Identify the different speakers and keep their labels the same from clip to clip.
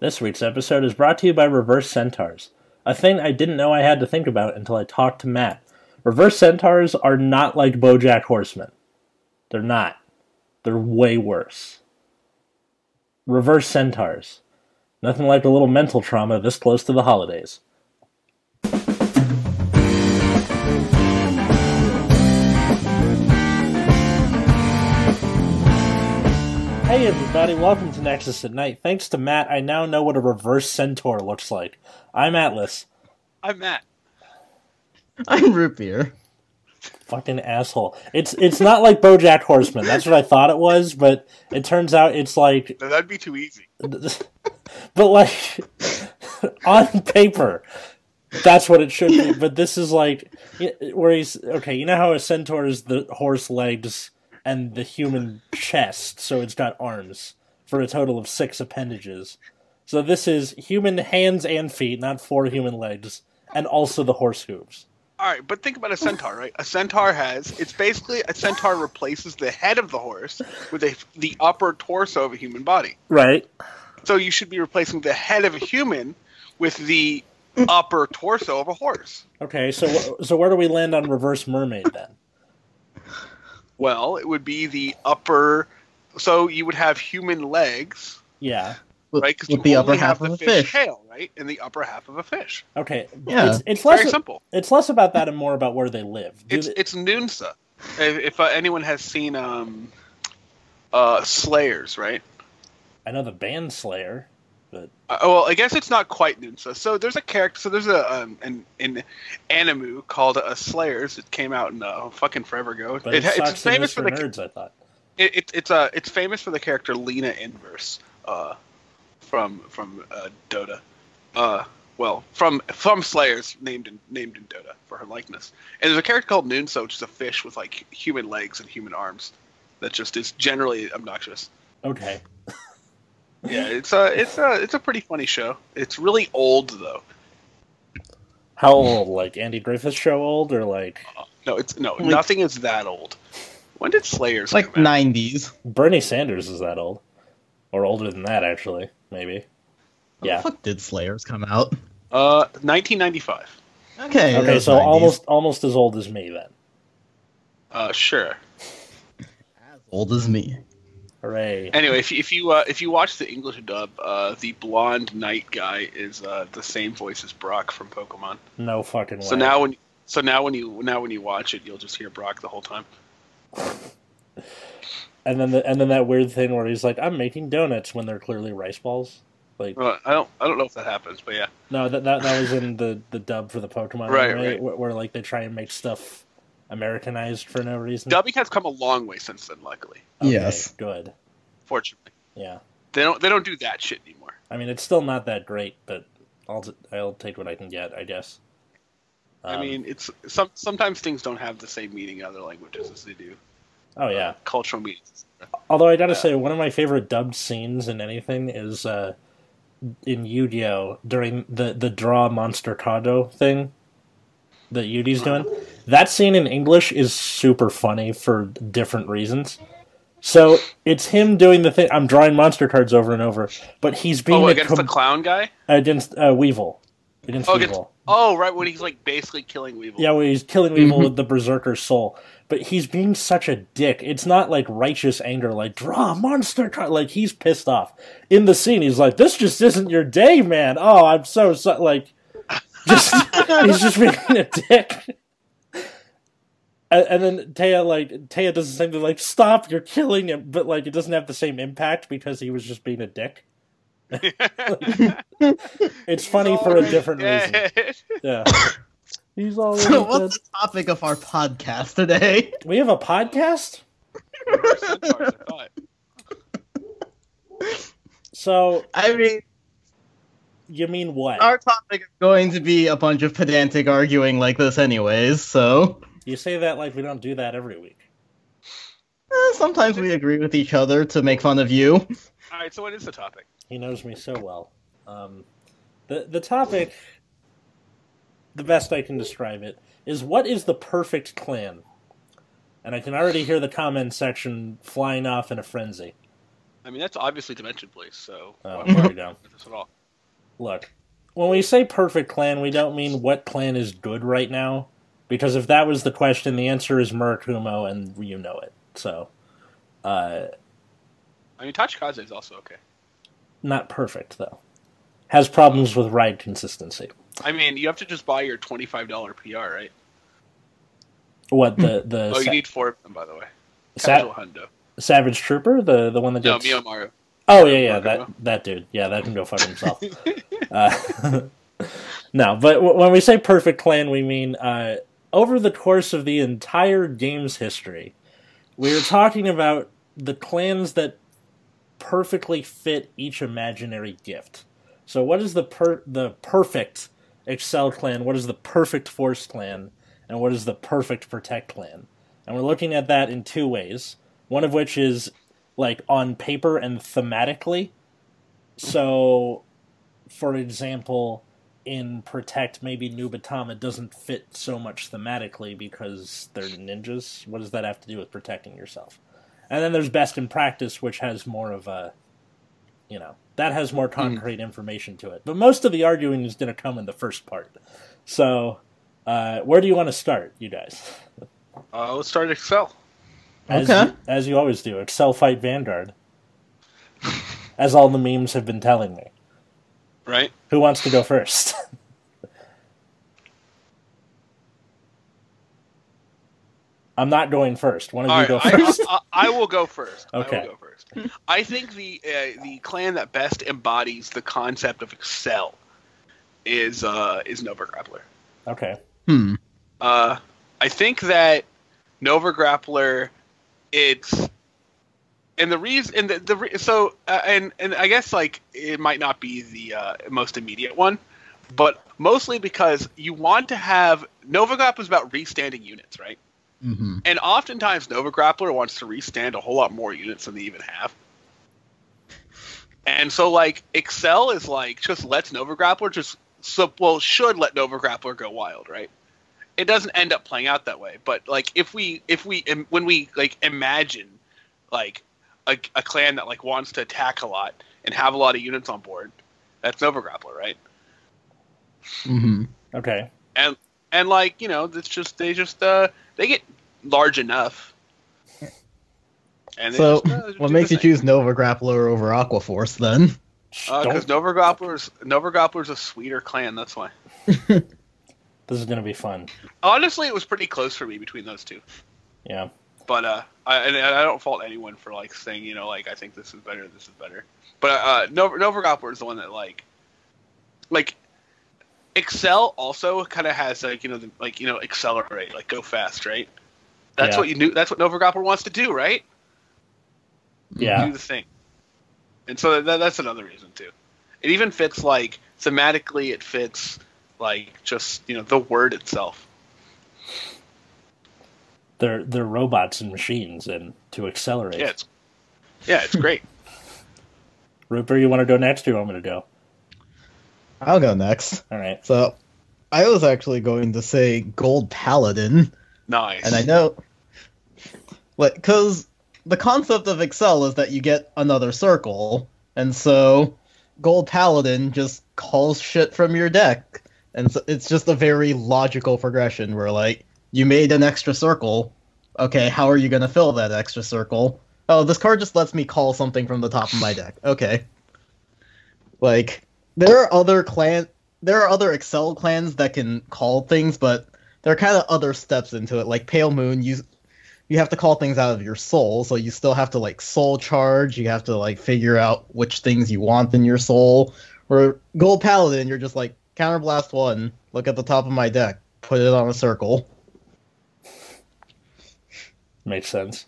Speaker 1: This week's episode is brought to you by Reverse Centaurs, a thing I didn't know I had to think about until I talked to Matt. Reverse Centaurs are not like Bojack Horseman. They're not. They're way worse. Reverse Centaurs. Nothing like a little mental trauma this close to the holidays. Hey everybody, welcome to Nexus at Night. Thanks to Matt, I now know what a reverse centaur looks like. I'm Atlas.
Speaker 2: I'm Matt.
Speaker 3: I'm root beer.
Speaker 1: Fucking asshole. It's it's not like Bojack Horseman. That's what I thought it was, but it turns out it's like
Speaker 2: No, that'd be too easy.
Speaker 1: but like on paper that's what it should be but this is like where he's okay you know how a centaur is the horse legs and the human chest so it's got arms for a total of six appendages so this is human hands and feet not four human legs and also the horse hooves
Speaker 2: All right, but think about a centaur, right? A centaur has it's basically a centaur replaces the head of the horse with a, the upper torso of a human body.
Speaker 1: right
Speaker 2: So you should be replacing the head of a human with the upper torso of a horse.
Speaker 1: okay so wh- so where do we land on reverse mermaid then
Speaker 2: Well, it would be the upper. So you would have human legs,
Speaker 1: yeah
Speaker 3: With,
Speaker 2: right? Because you
Speaker 3: with the
Speaker 2: only
Speaker 3: upper half
Speaker 2: have
Speaker 3: of
Speaker 2: the
Speaker 3: a fish.
Speaker 2: tail, right? And the upper half of a fish.
Speaker 1: okay but
Speaker 3: Yeah.
Speaker 1: it's, it's
Speaker 2: Very
Speaker 1: less
Speaker 2: simple.
Speaker 1: it's less about that and more about where they live Do
Speaker 2: It's
Speaker 1: they-
Speaker 2: it's Noonsa. If, if uh, anyone has seen um, uh, Slayers, right?
Speaker 1: I know the band Slayer, but
Speaker 2: Uh, well, I guess it's not quite Nunsa. So there's a character. So there's a um, an an animu called a Slayers. It came out in uh, fucking forever ago.
Speaker 1: but it,
Speaker 2: ha-
Speaker 1: sucks
Speaker 2: it's famous for the
Speaker 1: nerds. I thought.
Speaker 2: it, it, it's uh it's famous for the character Lena Inverse, uh, from from uh, Dota, uh well from from Slayers named in named in Dota for her likeness. And there's a character called Nunso, which is a fish with like human legs and human arms, that just is generally obnoxious.
Speaker 1: Okay,
Speaker 2: Yeah, it's a it's a it's a pretty funny show. It's really old though.
Speaker 1: how old? Like Andy Griffith show old, or like
Speaker 2: No, it's no,
Speaker 3: Like-
Speaker 2: nothing is that old. When did Slayers
Speaker 3: It's like
Speaker 2: come out?
Speaker 3: 90s.
Speaker 1: Bernie Sanders is that old, or older than that actually? Maybe.
Speaker 3: When
Speaker 1: Yeah.
Speaker 3: the fuck did Slayers come out?
Speaker 2: Uh, 1995.
Speaker 3: Okay. it
Speaker 1: Okay,
Speaker 3: was
Speaker 1: so
Speaker 3: 90s.
Speaker 1: almost almost as old as me then.
Speaker 2: Uh, sure.
Speaker 3: as old as me.
Speaker 1: Hooray!
Speaker 2: Anyway, if you if you, uh, if you watch the English dub, uh, the blonde knight guy is uh, the same voice as Brock from Pokemon.
Speaker 1: No fucking way.
Speaker 2: So now when so now when you now when you watch it, you'll just hear Brock the whole time.
Speaker 1: and then the, and then that weird thing where he's like, "I'm making donuts" when they're clearly rice balls. Like
Speaker 2: Well, Uh, I don't I don't know if that happens, but yeah.
Speaker 1: no, that that, that was in the the dub for the Pokemon,
Speaker 2: Right,
Speaker 1: anime,
Speaker 2: right.
Speaker 1: Where, where like they try and make stuff Americanized for no reason.
Speaker 2: Dubbing has come a long way since then, luckily.
Speaker 1: Okay,
Speaker 3: Yes.
Speaker 1: good.
Speaker 2: Fortunately,
Speaker 1: Yeah.
Speaker 2: they don't they don't do that shit anymore.
Speaker 1: I mean, it's still not that great, but I'll t- I'll take what I can get, I guess.
Speaker 2: I
Speaker 1: Um,
Speaker 2: mean, it's some sometimes things don't have the same meaning in other languages as they do.
Speaker 1: oh
Speaker 2: uh,
Speaker 1: yeah.
Speaker 2: Cultural meanings.
Speaker 1: Although I gotta
Speaker 2: uh,
Speaker 1: say, one of my favorite dubbed scenes in anything is uh, in Yu-Gi-Oh during the the draw monster condo thing that Yudi's doing. That scene in English is super funny for different reasons. So it's him doing the thing. I'm drawing monster cards over and over, but he's being
Speaker 2: Oh,
Speaker 1: a
Speaker 2: against
Speaker 1: com-
Speaker 2: the clown guy.
Speaker 1: against uh, Weevil. Against
Speaker 2: Oh,
Speaker 1: Weevil.
Speaker 2: against- Oh, right when he's like basically killing Weevil.
Speaker 1: Yeah, well, he's killing people
Speaker 3: Mhm.
Speaker 1: with the berserker soul, but he's being such a dick. It's not like righteous anger, like draw a monster card. Like he's pissed off in the scene. He's like, "This just isn't your day, man." Oh, I'm so, so like, just he's just being a dick. And, and then Taya like Taya does the same thing, like, "Stop, you're killing him," but like it doesn't have the same impact because he was just being a dick. It's funny for a different reason. Yeah. He's already
Speaker 3: So
Speaker 1: dead.
Speaker 3: what's the topic of our podcast today?
Speaker 1: We have a podcast? So
Speaker 3: I mean,
Speaker 1: you mean what?
Speaker 3: our topic is going to be a bunch of pedantic arguing like this anyways, so
Speaker 1: You say that like we don't do that every week.
Speaker 3: eh, sometimes we agree with each other to make fun of you.
Speaker 2: All right, so what is the topic?
Speaker 1: He knows me so well. Um, the the topic, the best I can describe it, is what is the perfect clan? And I can already hear the comment section flying off in a frenzy.
Speaker 2: I mean, that's obviously Dimension Police, so
Speaker 1: Oh,
Speaker 2: why- why
Speaker 1: there we go.
Speaker 2: is this at all?
Speaker 1: Look, when we say perfect clan, we don't mean what clan is good right now, because if that was the question, the answer is Murakumo, and you know it. So, uh,
Speaker 2: I mean, Tachikaze is also okay.
Speaker 1: not perfect though. Has problems with ride consistency.
Speaker 2: I mean, you have to just buy your twenty-five dollar PR, right?
Speaker 1: What the the
Speaker 2: Oh, you
Speaker 1: Sa-
Speaker 2: need four of them, by the way.
Speaker 1: Sa-
Speaker 2: Casual Hundo.
Speaker 1: Savage Trooper, the the one that
Speaker 2: No,
Speaker 1: gets
Speaker 2: Miyomaru.
Speaker 1: Oh yeah, yeah,
Speaker 2: Murakumo.
Speaker 1: that that dude. Yeah, that can go fuck himself. uh, no, but w- when we say perfect clan, we mean uh, over the course of the entire game's history, we are talking about the clans that perfectly fit each imaginary gift. So, what is the per- the perfect Excel clan? What is the perfect Force clan? And what is the perfect Protect clan? And we're looking at that in two ways. One of which is like on paper and thematically. So, for example, in Protect, maybe Nubatama doesn't fit so much thematically because they're ninjas. What does that have to do with protecting yourself? And then there's Best in Practice, which has more of a, you know, that has more concrete information to it. But most of the arguing is going to come in the first part. So, uh, where do you want to start, you guys?
Speaker 2: Uh, let's start Excel.
Speaker 1: As,
Speaker 3: Okay.
Speaker 1: you, as you always do, Excel fight Vanguard. As all the memes have been telling me.
Speaker 2: Right?
Speaker 1: Who wants to go first? I'm not going first. One of
Speaker 2: All
Speaker 1: you
Speaker 2: right,
Speaker 1: go
Speaker 2: I,
Speaker 1: first.
Speaker 2: I, I will go first. I
Speaker 1: Okay.
Speaker 2: will go first. I think the uh, the clan that best embodies the concept of Excel is uh, is Nova Grappler.
Speaker 1: okay.
Speaker 3: Hmm.
Speaker 2: Uh, I think that Nova Grappler, it's and the reason and the, the re- so uh, and and I guess like it might not be the uh, most immediate one, but mostly because you want to have Nova Grappler is about restanding units, right?
Speaker 3: hmm
Speaker 2: And oftentimes Nova Grappler wants to restand a whole lot more units than they even have. And so like Excel is like just lets Nova Grappler just so well should let Nova Grappler go wild, right? It doesn't end up playing out that way, but like if we if we im- when we like imagine like a, a clan that like wants to attack a lot and have a lot of units on board, that's Nova Grappler, right?
Speaker 3: hmm
Speaker 1: Okay.
Speaker 2: and like you know it's just they just uh they get large enough and they
Speaker 3: So,
Speaker 2: just, uh, do
Speaker 3: what makes
Speaker 2: the
Speaker 3: you
Speaker 2: thing.
Speaker 3: choose Nova Grappler over Aqua Force then?
Speaker 1: Shh,
Speaker 2: uh,
Speaker 1: don't-
Speaker 2: because Nova Grappler's Nova Grappler's a sweeter clan. That's why.
Speaker 1: this is going to be fun.
Speaker 2: Honestly, it was pretty close for me between those two.
Speaker 1: Yeah.
Speaker 2: But uh, I and, and I don't fault anyone for like saying you know like I think this is better, this is better. But uh, Nova Nova Grappler is the one that like, like, Excel also kind of has like you know the, like you know accelerate like go fast right. That's
Speaker 1: Yeah.
Speaker 2: what you knew. That's what Nova Grappler wants to do, right?
Speaker 1: Yeah.
Speaker 2: do the thing. And so that, that's another reason too. It even fits like thematically. It fits like just you know the word itself.
Speaker 1: They're they're robots and machines and to accelerate.
Speaker 2: Yeah, it's yeah, it's great.
Speaker 1: Rupert, you want to go next or you want me to go?
Speaker 3: I'll go next.
Speaker 1: All right.
Speaker 3: So, I was actually going to say Gold Paladin,
Speaker 2: nice.
Speaker 3: and I know, like, because the concept of Excel is that you get another circle, and so Gold Paladin just calls shit from your deck, and so it's just a very logical progression where like you made an extra circle. Okay, how are you gonna fill that extra circle? Oh, this card just lets me call something from the top of my deck. Okay. Like there are other clan there are other Excel clans that can call things, but there are kind of other steps into it. Like Pale Moon, you you have to call things out of your soul, so you still have to like soul charge. You have to like figure out which things you want in your soul. Or Gold Paladin, you're just like counterblast one. Look at the top of my deck, put it on a circle.
Speaker 1: Makes sense.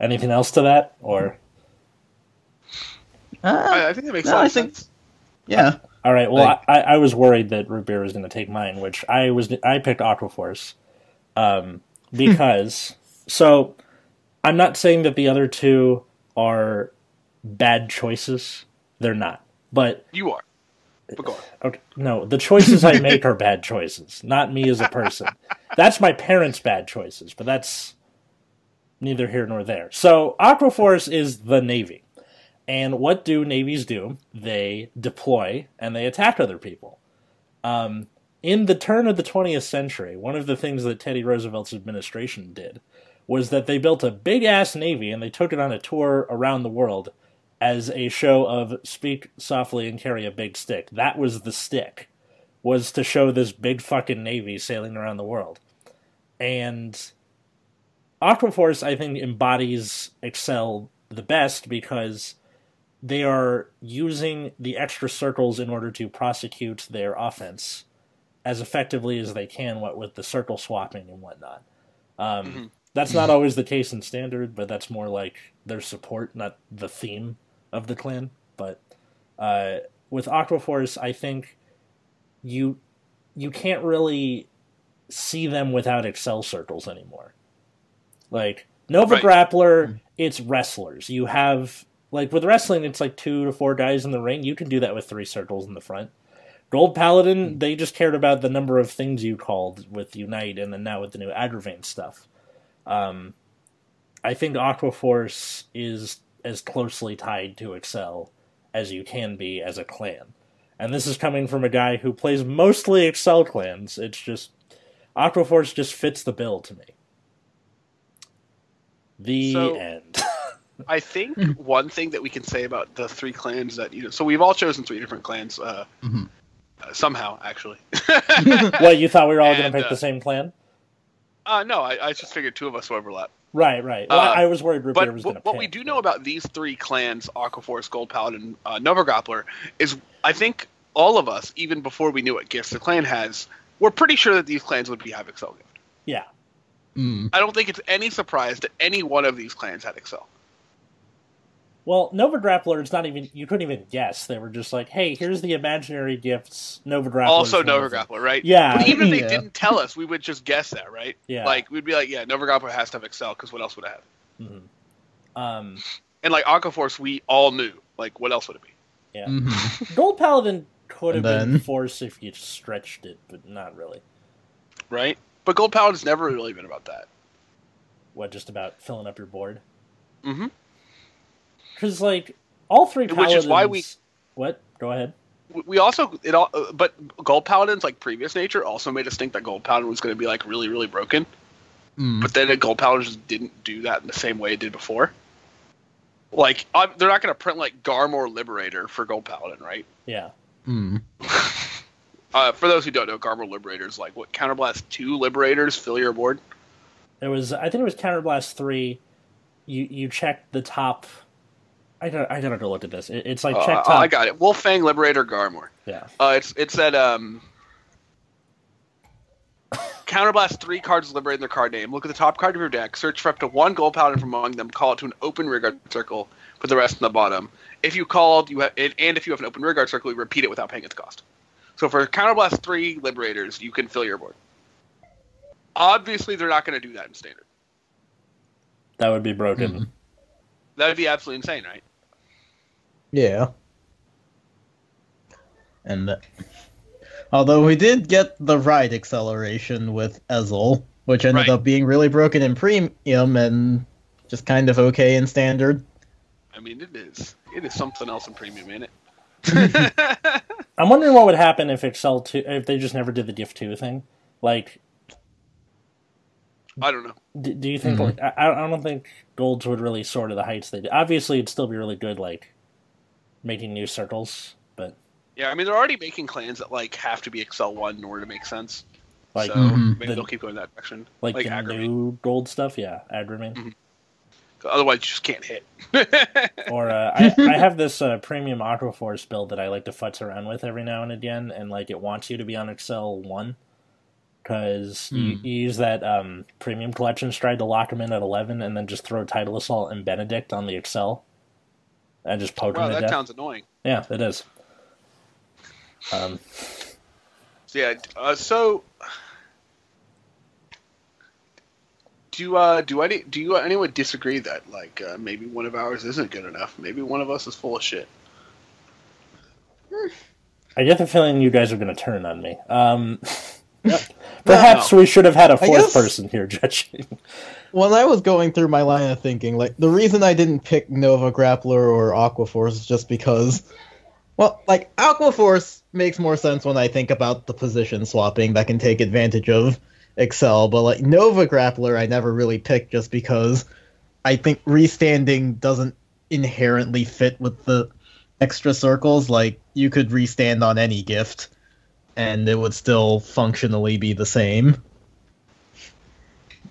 Speaker 1: Anything else to that or
Speaker 3: Ah,
Speaker 2: I, I think that makes
Speaker 3: No,
Speaker 2: a lot
Speaker 3: I
Speaker 2: of
Speaker 3: think-
Speaker 2: sense.
Speaker 3: yeah.
Speaker 1: All right. Well,
Speaker 3: Like-
Speaker 1: I, I was worried that root beer was going to take mine, which I was. I picked Aquaforce, um, because so I'm not saying that the other two are bad choices. They're not. But
Speaker 2: You are. But go on.
Speaker 1: okay, no, the choices I make are bad choices, not me as a person. That's my parents' bad choices, but that's neither here nor there. So Aquaforce is the Navy. And what do navies do? They deploy and they attack other people. Um, in the turn of the 20th century, one of the things that Teddy Roosevelt's administration did was that they built a big ass navy and they took it on a tour around the world as a show of speak softly and carry a big stick. That was the stick, was to show this big fucking navy sailing around the world. And Aquaforce, I think, embodies Excel the best because they are using the extra circles in order to prosecute their offense as effectively as they can, what with the circle swapping and whatnot. Um, That's not always the case in standard, but that's more like their support, not the theme of the clan. But uh, with Aquaforce, I think you you can't really see them without Excel circles anymore. Like Nova
Speaker 2: Right.
Speaker 1: Grappler, it's wrestlers. You have like with wrestling, it's like two to four guys in the ring. You can do that with three circles in the front. Gold Paladin, they just cared about the number of things you called with Unite, and then now with the new Aggravane stuff. Um, I think Aquaforce is as closely tied to Excel as you can be as a clan. And this is coming from a guy who plays mostly Excel clans. It's just Aquaforce just fits the bill to me. The
Speaker 2: So-
Speaker 1: end.
Speaker 2: I think one thing that we can say about the three clans that you know, so we've all chosen three different clans. Uh,
Speaker 3: Mhm.
Speaker 2: uh, somehow, actually.
Speaker 1: what you thought we were all going
Speaker 2: And,
Speaker 1: to pick
Speaker 2: uh,
Speaker 1: the same clan?
Speaker 2: uh, no, I, I just figured two of us would overlap.
Speaker 1: Right, right. Well,
Speaker 2: uh,
Speaker 1: I I was worried Rupier
Speaker 2: But
Speaker 1: was
Speaker 2: what-
Speaker 1: going to.
Speaker 2: what we do know about these three clans, Aquaforce, Gold Paladin, uh, Nova Grappler, is I think all of us, even before we knew what gifts the clan has, we're pretty sure that these clans would be have Excel gift.
Speaker 1: yeah,
Speaker 3: Mm.
Speaker 2: I don't think it's any surprise that any one of these clans had Excel.
Speaker 1: Well, Nova Grappler, it's not even you couldn't even guess. They were just like, "Hey, here's the imaginary gifts." Nova Grappler.
Speaker 2: also Nova Grappler, right?
Speaker 1: Yeah,
Speaker 2: But even if they
Speaker 3: Yeah.
Speaker 2: didn't tell us, we would just guess that, right?
Speaker 1: Yeah.
Speaker 2: Like we'd be like, yeah, Nova Grappler has to have Excel because what else would it have?
Speaker 1: mhm. Um,
Speaker 2: And like Aquaforce, we all knew. Like what else would it be?
Speaker 3: Mhm.
Speaker 1: Gold Paladin could have
Speaker 3: And
Speaker 1: been
Speaker 3: then-
Speaker 1: force if you stretched it, but not really.
Speaker 2: Right? But Gold Paladin's never really been about that.
Speaker 1: What just about filling up your board?
Speaker 2: Mm-hmm.
Speaker 1: Because like all three
Speaker 2: Which
Speaker 1: paladins.
Speaker 2: is why we-
Speaker 1: What? Go ahead.
Speaker 2: We- we also it all uh, but gold paladin's like previous nature also made us think that gold paladin was going to be like really really broken
Speaker 3: Mm.
Speaker 2: but then uh, gold paladin just didn't do that in the same way it did before like i they're not going to print like garmor liberator for gold paladin right
Speaker 1: Yeah.
Speaker 3: Mm.
Speaker 2: uh, for those who don't know garmor liberator is like what counterblast two liberators fill your board
Speaker 1: There was I think it was Counterblast three. You you checked the top. I gotta I gotta go look at this. It, it's like
Speaker 2: Uh,
Speaker 1: check top.
Speaker 2: i got it wolfang liberator garmor
Speaker 1: Yeah.
Speaker 2: uh, it's it's that um Counterblast three cards liberating their card name. Look at the top card of your deck. Search for up to one gold paladin from among them. Call it to an open rearguard circle. Put the rest in the bottom. If you called, you have, and and if you have an open rearguard circle, you repeat it without paying its cost. So for Counterblast three liberators, you can fill your board. Obviously, they're not going to do that in standard.
Speaker 1: That would be broken.
Speaker 3: Mm-hmm.
Speaker 2: That would be absolutely insane, right?
Speaker 3: Yeah. And uh, although we did get the ride acceleration with Ezel, which ended
Speaker 2: Right.
Speaker 3: up being really broken in premium and just kind of okay in standard.
Speaker 2: I mean, it is. It is something else in premium, ain't it?
Speaker 1: I'm wondering what would happen if Excel two if they just never did the Diff two thing. Like,
Speaker 2: I don't know.
Speaker 1: do, do you think? Like, I, I don't think golds would really soar to the heights they did. Obviously, it'd still be really good, like making new circles, but
Speaker 2: Yeah, I mean they're already making clans that like have to be Excel one in order to make sense.
Speaker 1: like mm-hmm.
Speaker 2: so
Speaker 3: Mhm.
Speaker 2: maybe
Speaker 1: the-
Speaker 2: they'll keep going that direction.
Speaker 1: like,
Speaker 2: like
Speaker 1: the
Speaker 2: aggravate.
Speaker 1: new gold stuff, yeah, aggravate.
Speaker 2: Otherwise, you just can't hit.
Speaker 1: Or uh, I, I have this uh, premium Aquaforce build that I like to futz around with every now and again, and like it wants you to be on Excel one because you,
Speaker 3: Hmm.
Speaker 1: you use that um, premium collection stride to lock them in at eleven, and then just throw Title Assault and Benedict on the Excel, and just poke
Speaker 2: wow,
Speaker 1: them to
Speaker 2: that
Speaker 1: death.
Speaker 2: sounds annoying.
Speaker 1: Yeah, it is. Um,
Speaker 2: So, yeah. Uh, so do uh, do any do you anyone disagree that like uh, maybe one of ours isn't good enough? Maybe one of us is full of shit.
Speaker 1: I get the feeling you guys are going to turn on me. Um, Perhaps we should have had a
Speaker 3: I
Speaker 1: fourth
Speaker 3: guess-
Speaker 1: person here judging.
Speaker 3: when I was going through my line of thinking, like the reason I didn't pick Nova Grappler or Aquaforce is just because, well, like Aquaforce makes more sense when I think about the position swapping that can take advantage of Excel, but like Nova Grappler, I never really picked just because I think restanding doesn't inherently fit with the extra circles. Like you could restand on any gift, and it would still functionally be the same.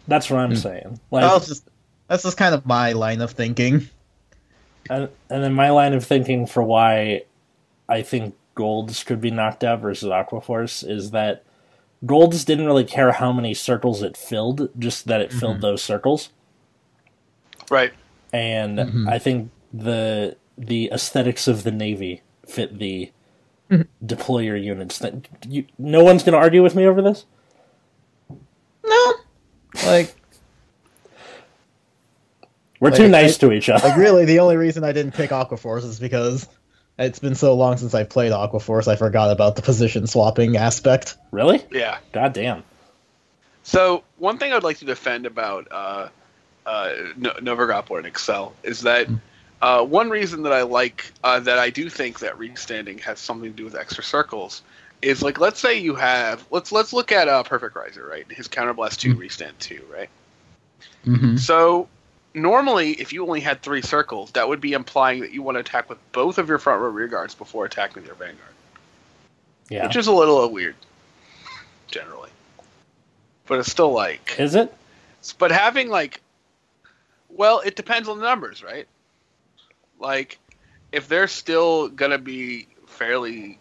Speaker 1: That's what I'm
Speaker 3: Hmm.
Speaker 1: saying. Like,
Speaker 3: That was just- that's just kind of my line of thinking.
Speaker 1: and, and then my line of thinking for why I think Golds could be knocked out versus Aquaforce is that Golds didn't really care how many circles it filled, just that it filled those circles.
Speaker 2: Right.
Speaker 1: And
Speaker 3: Mhm.
Speaker 1: I think the the aesthetics of the Navy fit the
Speaker 3: Mm-hmm.
Speaker 1: deployer units. That you, no one's going to argue with me over this.
Speaker 3: No, like
Speaker 1: We're
Speaker 3: Like,
Speaker 1: too
Speaker 3: I-
Speaker 1: nice to each other.
Speaker 3: like really, the only reason I didn't pick Aquaforce is because it's been so long since I played Aquaforce, I forgot about the position swapping aspect.
Speaker 1: really?
Speaker 2: Yeah.
Speaker 1: God damn.
Speaker 2: So one thing I'd like to defend about uh, uh, No- Novogratz and Excel is that uh, one reason that I like uh, that I do think that restanding has something to do with extra circles is like let's say you have let's let's look at uh, Perfect Riser right his counterblast two restand two right
Speaker 3: Mm-hmm.
Speaker 2: so normally if you only had three circles that would be implying that you want to attack with both of your front row rear guards before attacking your vanguard
Speaker 1: Yeah.
Speaker 2: which is a little uh, weird generally but it's still like
Speaker 1: Is it?
Speaker 2: But having like, well, it depends on the numbers, right? Like, if they're still gonna be fairly,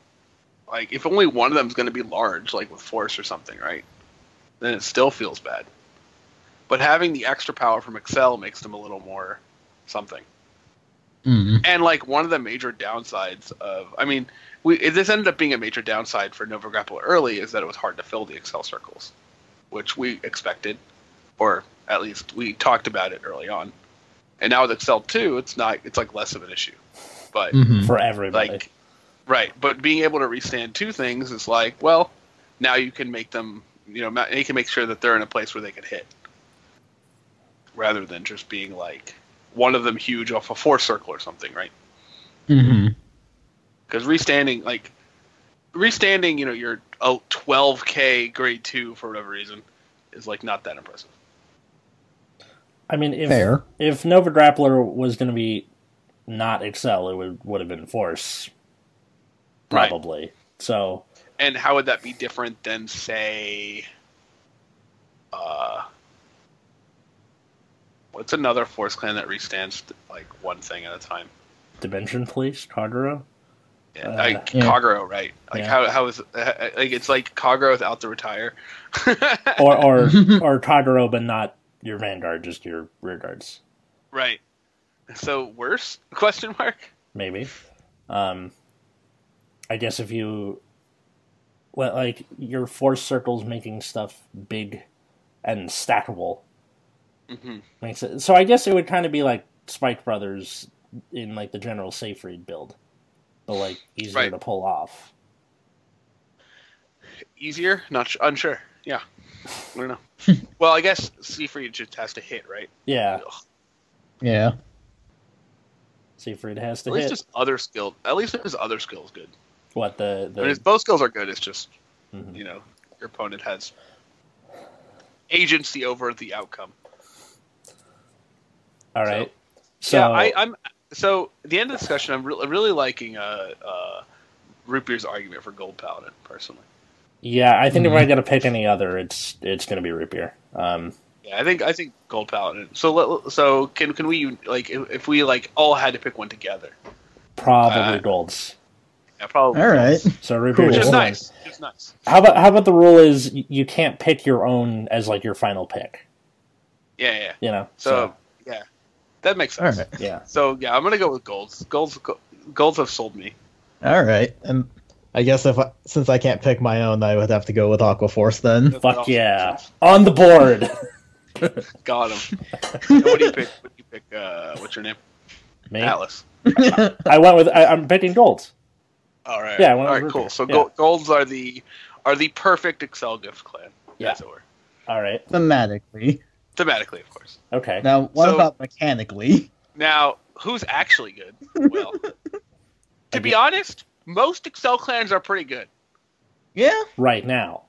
Speaker 2: like, if only one of them's gonna be large, like with force or something, right? Then it still feels bad. But having the extra power from Excel makes them a little more something.
Speaker 3: Mm-hmm.
Speaker 2: And like one of the major downsides of, I mean, we this ended up being a major downside for Nova Grapple early is that it was hard to fill the Excel circles, which we expected, or at least we talked about it early on. And now with Excel two, it's not, it's like less of an issue, but
Speaker 3: Mm-hmm.
Speaker 1: For everybody.
Speaker 2: like, right. But being able to restand two things is like, well, now you can make them, you know, ma- you can make sure that they're in a place where they can hit, rather than just being like one of them huge off a four circle or something, right?
Speaker 3: Mm-hmm.
Speaker 2: because restanding like restanding you know your oh, 12k grade 2 for whatever reason is like not that impressive
Speaker 1: I mean, if
Speaker 3: Fair.
Speaker 1: if Nova Grappler was going to be not Excel, it would would have been Force,
Speaker 2: Right.
Speaker 1: probably. So
Speaker 2: and how would that be different than say uh what's another force clan that restands like one thing at a time
Speaker 1: Dimension Police, Kagura.
Speaker 2: yeah,
Speaker 1: Uh,
Speaker 2: like
Speaker 3: yeah.
Speaker 2: Kagro, right? Like
Speaker 1: Yeah.
Speaker 2: how how is uh, like it's like Kagro without the retire,
Speaker 1: or or or Kagura, but not your vanguard, just your rear guards,
Speaker 2: right? So worse? Question mark?
Speaker 1: maybe. Um, I guess if you, well, like your Force circles making stuff big and stackable
Speaker 2: hmm
Speaker 1: makes it. So I guess it would kind of be like Spike Brothers in like the General Seyfried build, but like easier
Speaker 2: Right.
Speaker 1: to pull off.
Speaker 2: easier? Not su unsure. Yeah, I don't know. well, I guess Seafried just has to hit, right?
Speaker 1: Yeah,
Speaker 2: Ugh.
Speaker 3: Yeah.
Speaker 1: Seyfried has to
Speaker 2: At least
Speaker 1: hit.
Speaker 2: his other skill. At least his other skill is good.
Speaker 1: What the
Speaker 2: I mean, his
Speaker 1: the
Speaker 2: both skills are good. It's just
Speaker 1: mhm.
Speaker 2: you know your opponent has agency over the outcome.
Speaker 1: all right? So,
Speaker 2: yeah, I, I'm. So the end of the discussion, I'm re- really liking uh, uh, Root Beer's argument for Gold Paladin personally.
Speaker 1: yeah, I think
Speaker 3: Mhm.
Speaker 1: if I'm gonna pick any other, it's it's gonna be root beer. Um,
Speaker 2: Yeah, I think I think Gold Paladin. So let, so can can we like if, if we like all had to pick one together?
Speaker 1: probably
Speaker 2: Uh,
Speaker 1: golds.
Speaker 2: Yeah, probably.
Speaker 3: All right.
Speaker 1: So root
Speaker 3: cool.
Speaker 1: beer.
Speaker 2: Which
Speaker 1: is-
Speaker 2: is
Speaker 3: Cool.
Speaker 2: nice. Which is nice.
Speaker 1: How about how about the rule is y- you can't pick your own as like your final pick.
Speaker 2: Yeah, yeah. yeah.
Speaker 1: You know.
Speaker 2: So, yeah, that makes
Speaker 3: All
Speaker 2: sense.
Speaker 3: right.
Speaker 1: So, yeah.
Speaker 2: So yeah, I'm gonna go with golds. Golds, golds have sold me.
Speaker 3: All right. And I guess if I, since I can't pick my own, I would have to go with Aquaforce then.
Speaker 1: Fuck yeah. On the board.
Speaker 2: got him. what do you pick? What do you pick? Uh, what's your name?
Speaker 1: Me?
Speaker 2: Atlas.
Speaker 1: I went with I, I'm picking golds.
Speaker 2: All right.
Speaker 1: Yeah, I
Speaker 2: All
Speaker 1: went with
Speaker 2: right.
Speaker 1: Ruby.
Speaker 2: Cool. So
Speaker 1: Yeah.
Speaker 2: go golds are the are the perfect Excel gift clan.
Speaker 1: Yeah.
Speaker 2: as it were.
Speaker 1: All right.
Speaker 3: Thematically.
Speaker 2: Thematically, of course.
Speaker 1: Okay.
Speaker 3: Now, what
Speaker 2: So-
Speaker 3: about mechanically?
Speaker 2: Now, who's actually good? Well, to be honest, most Excel clans are pretty good.
Speaker 3: Yeah.
Speaker 1: Right now.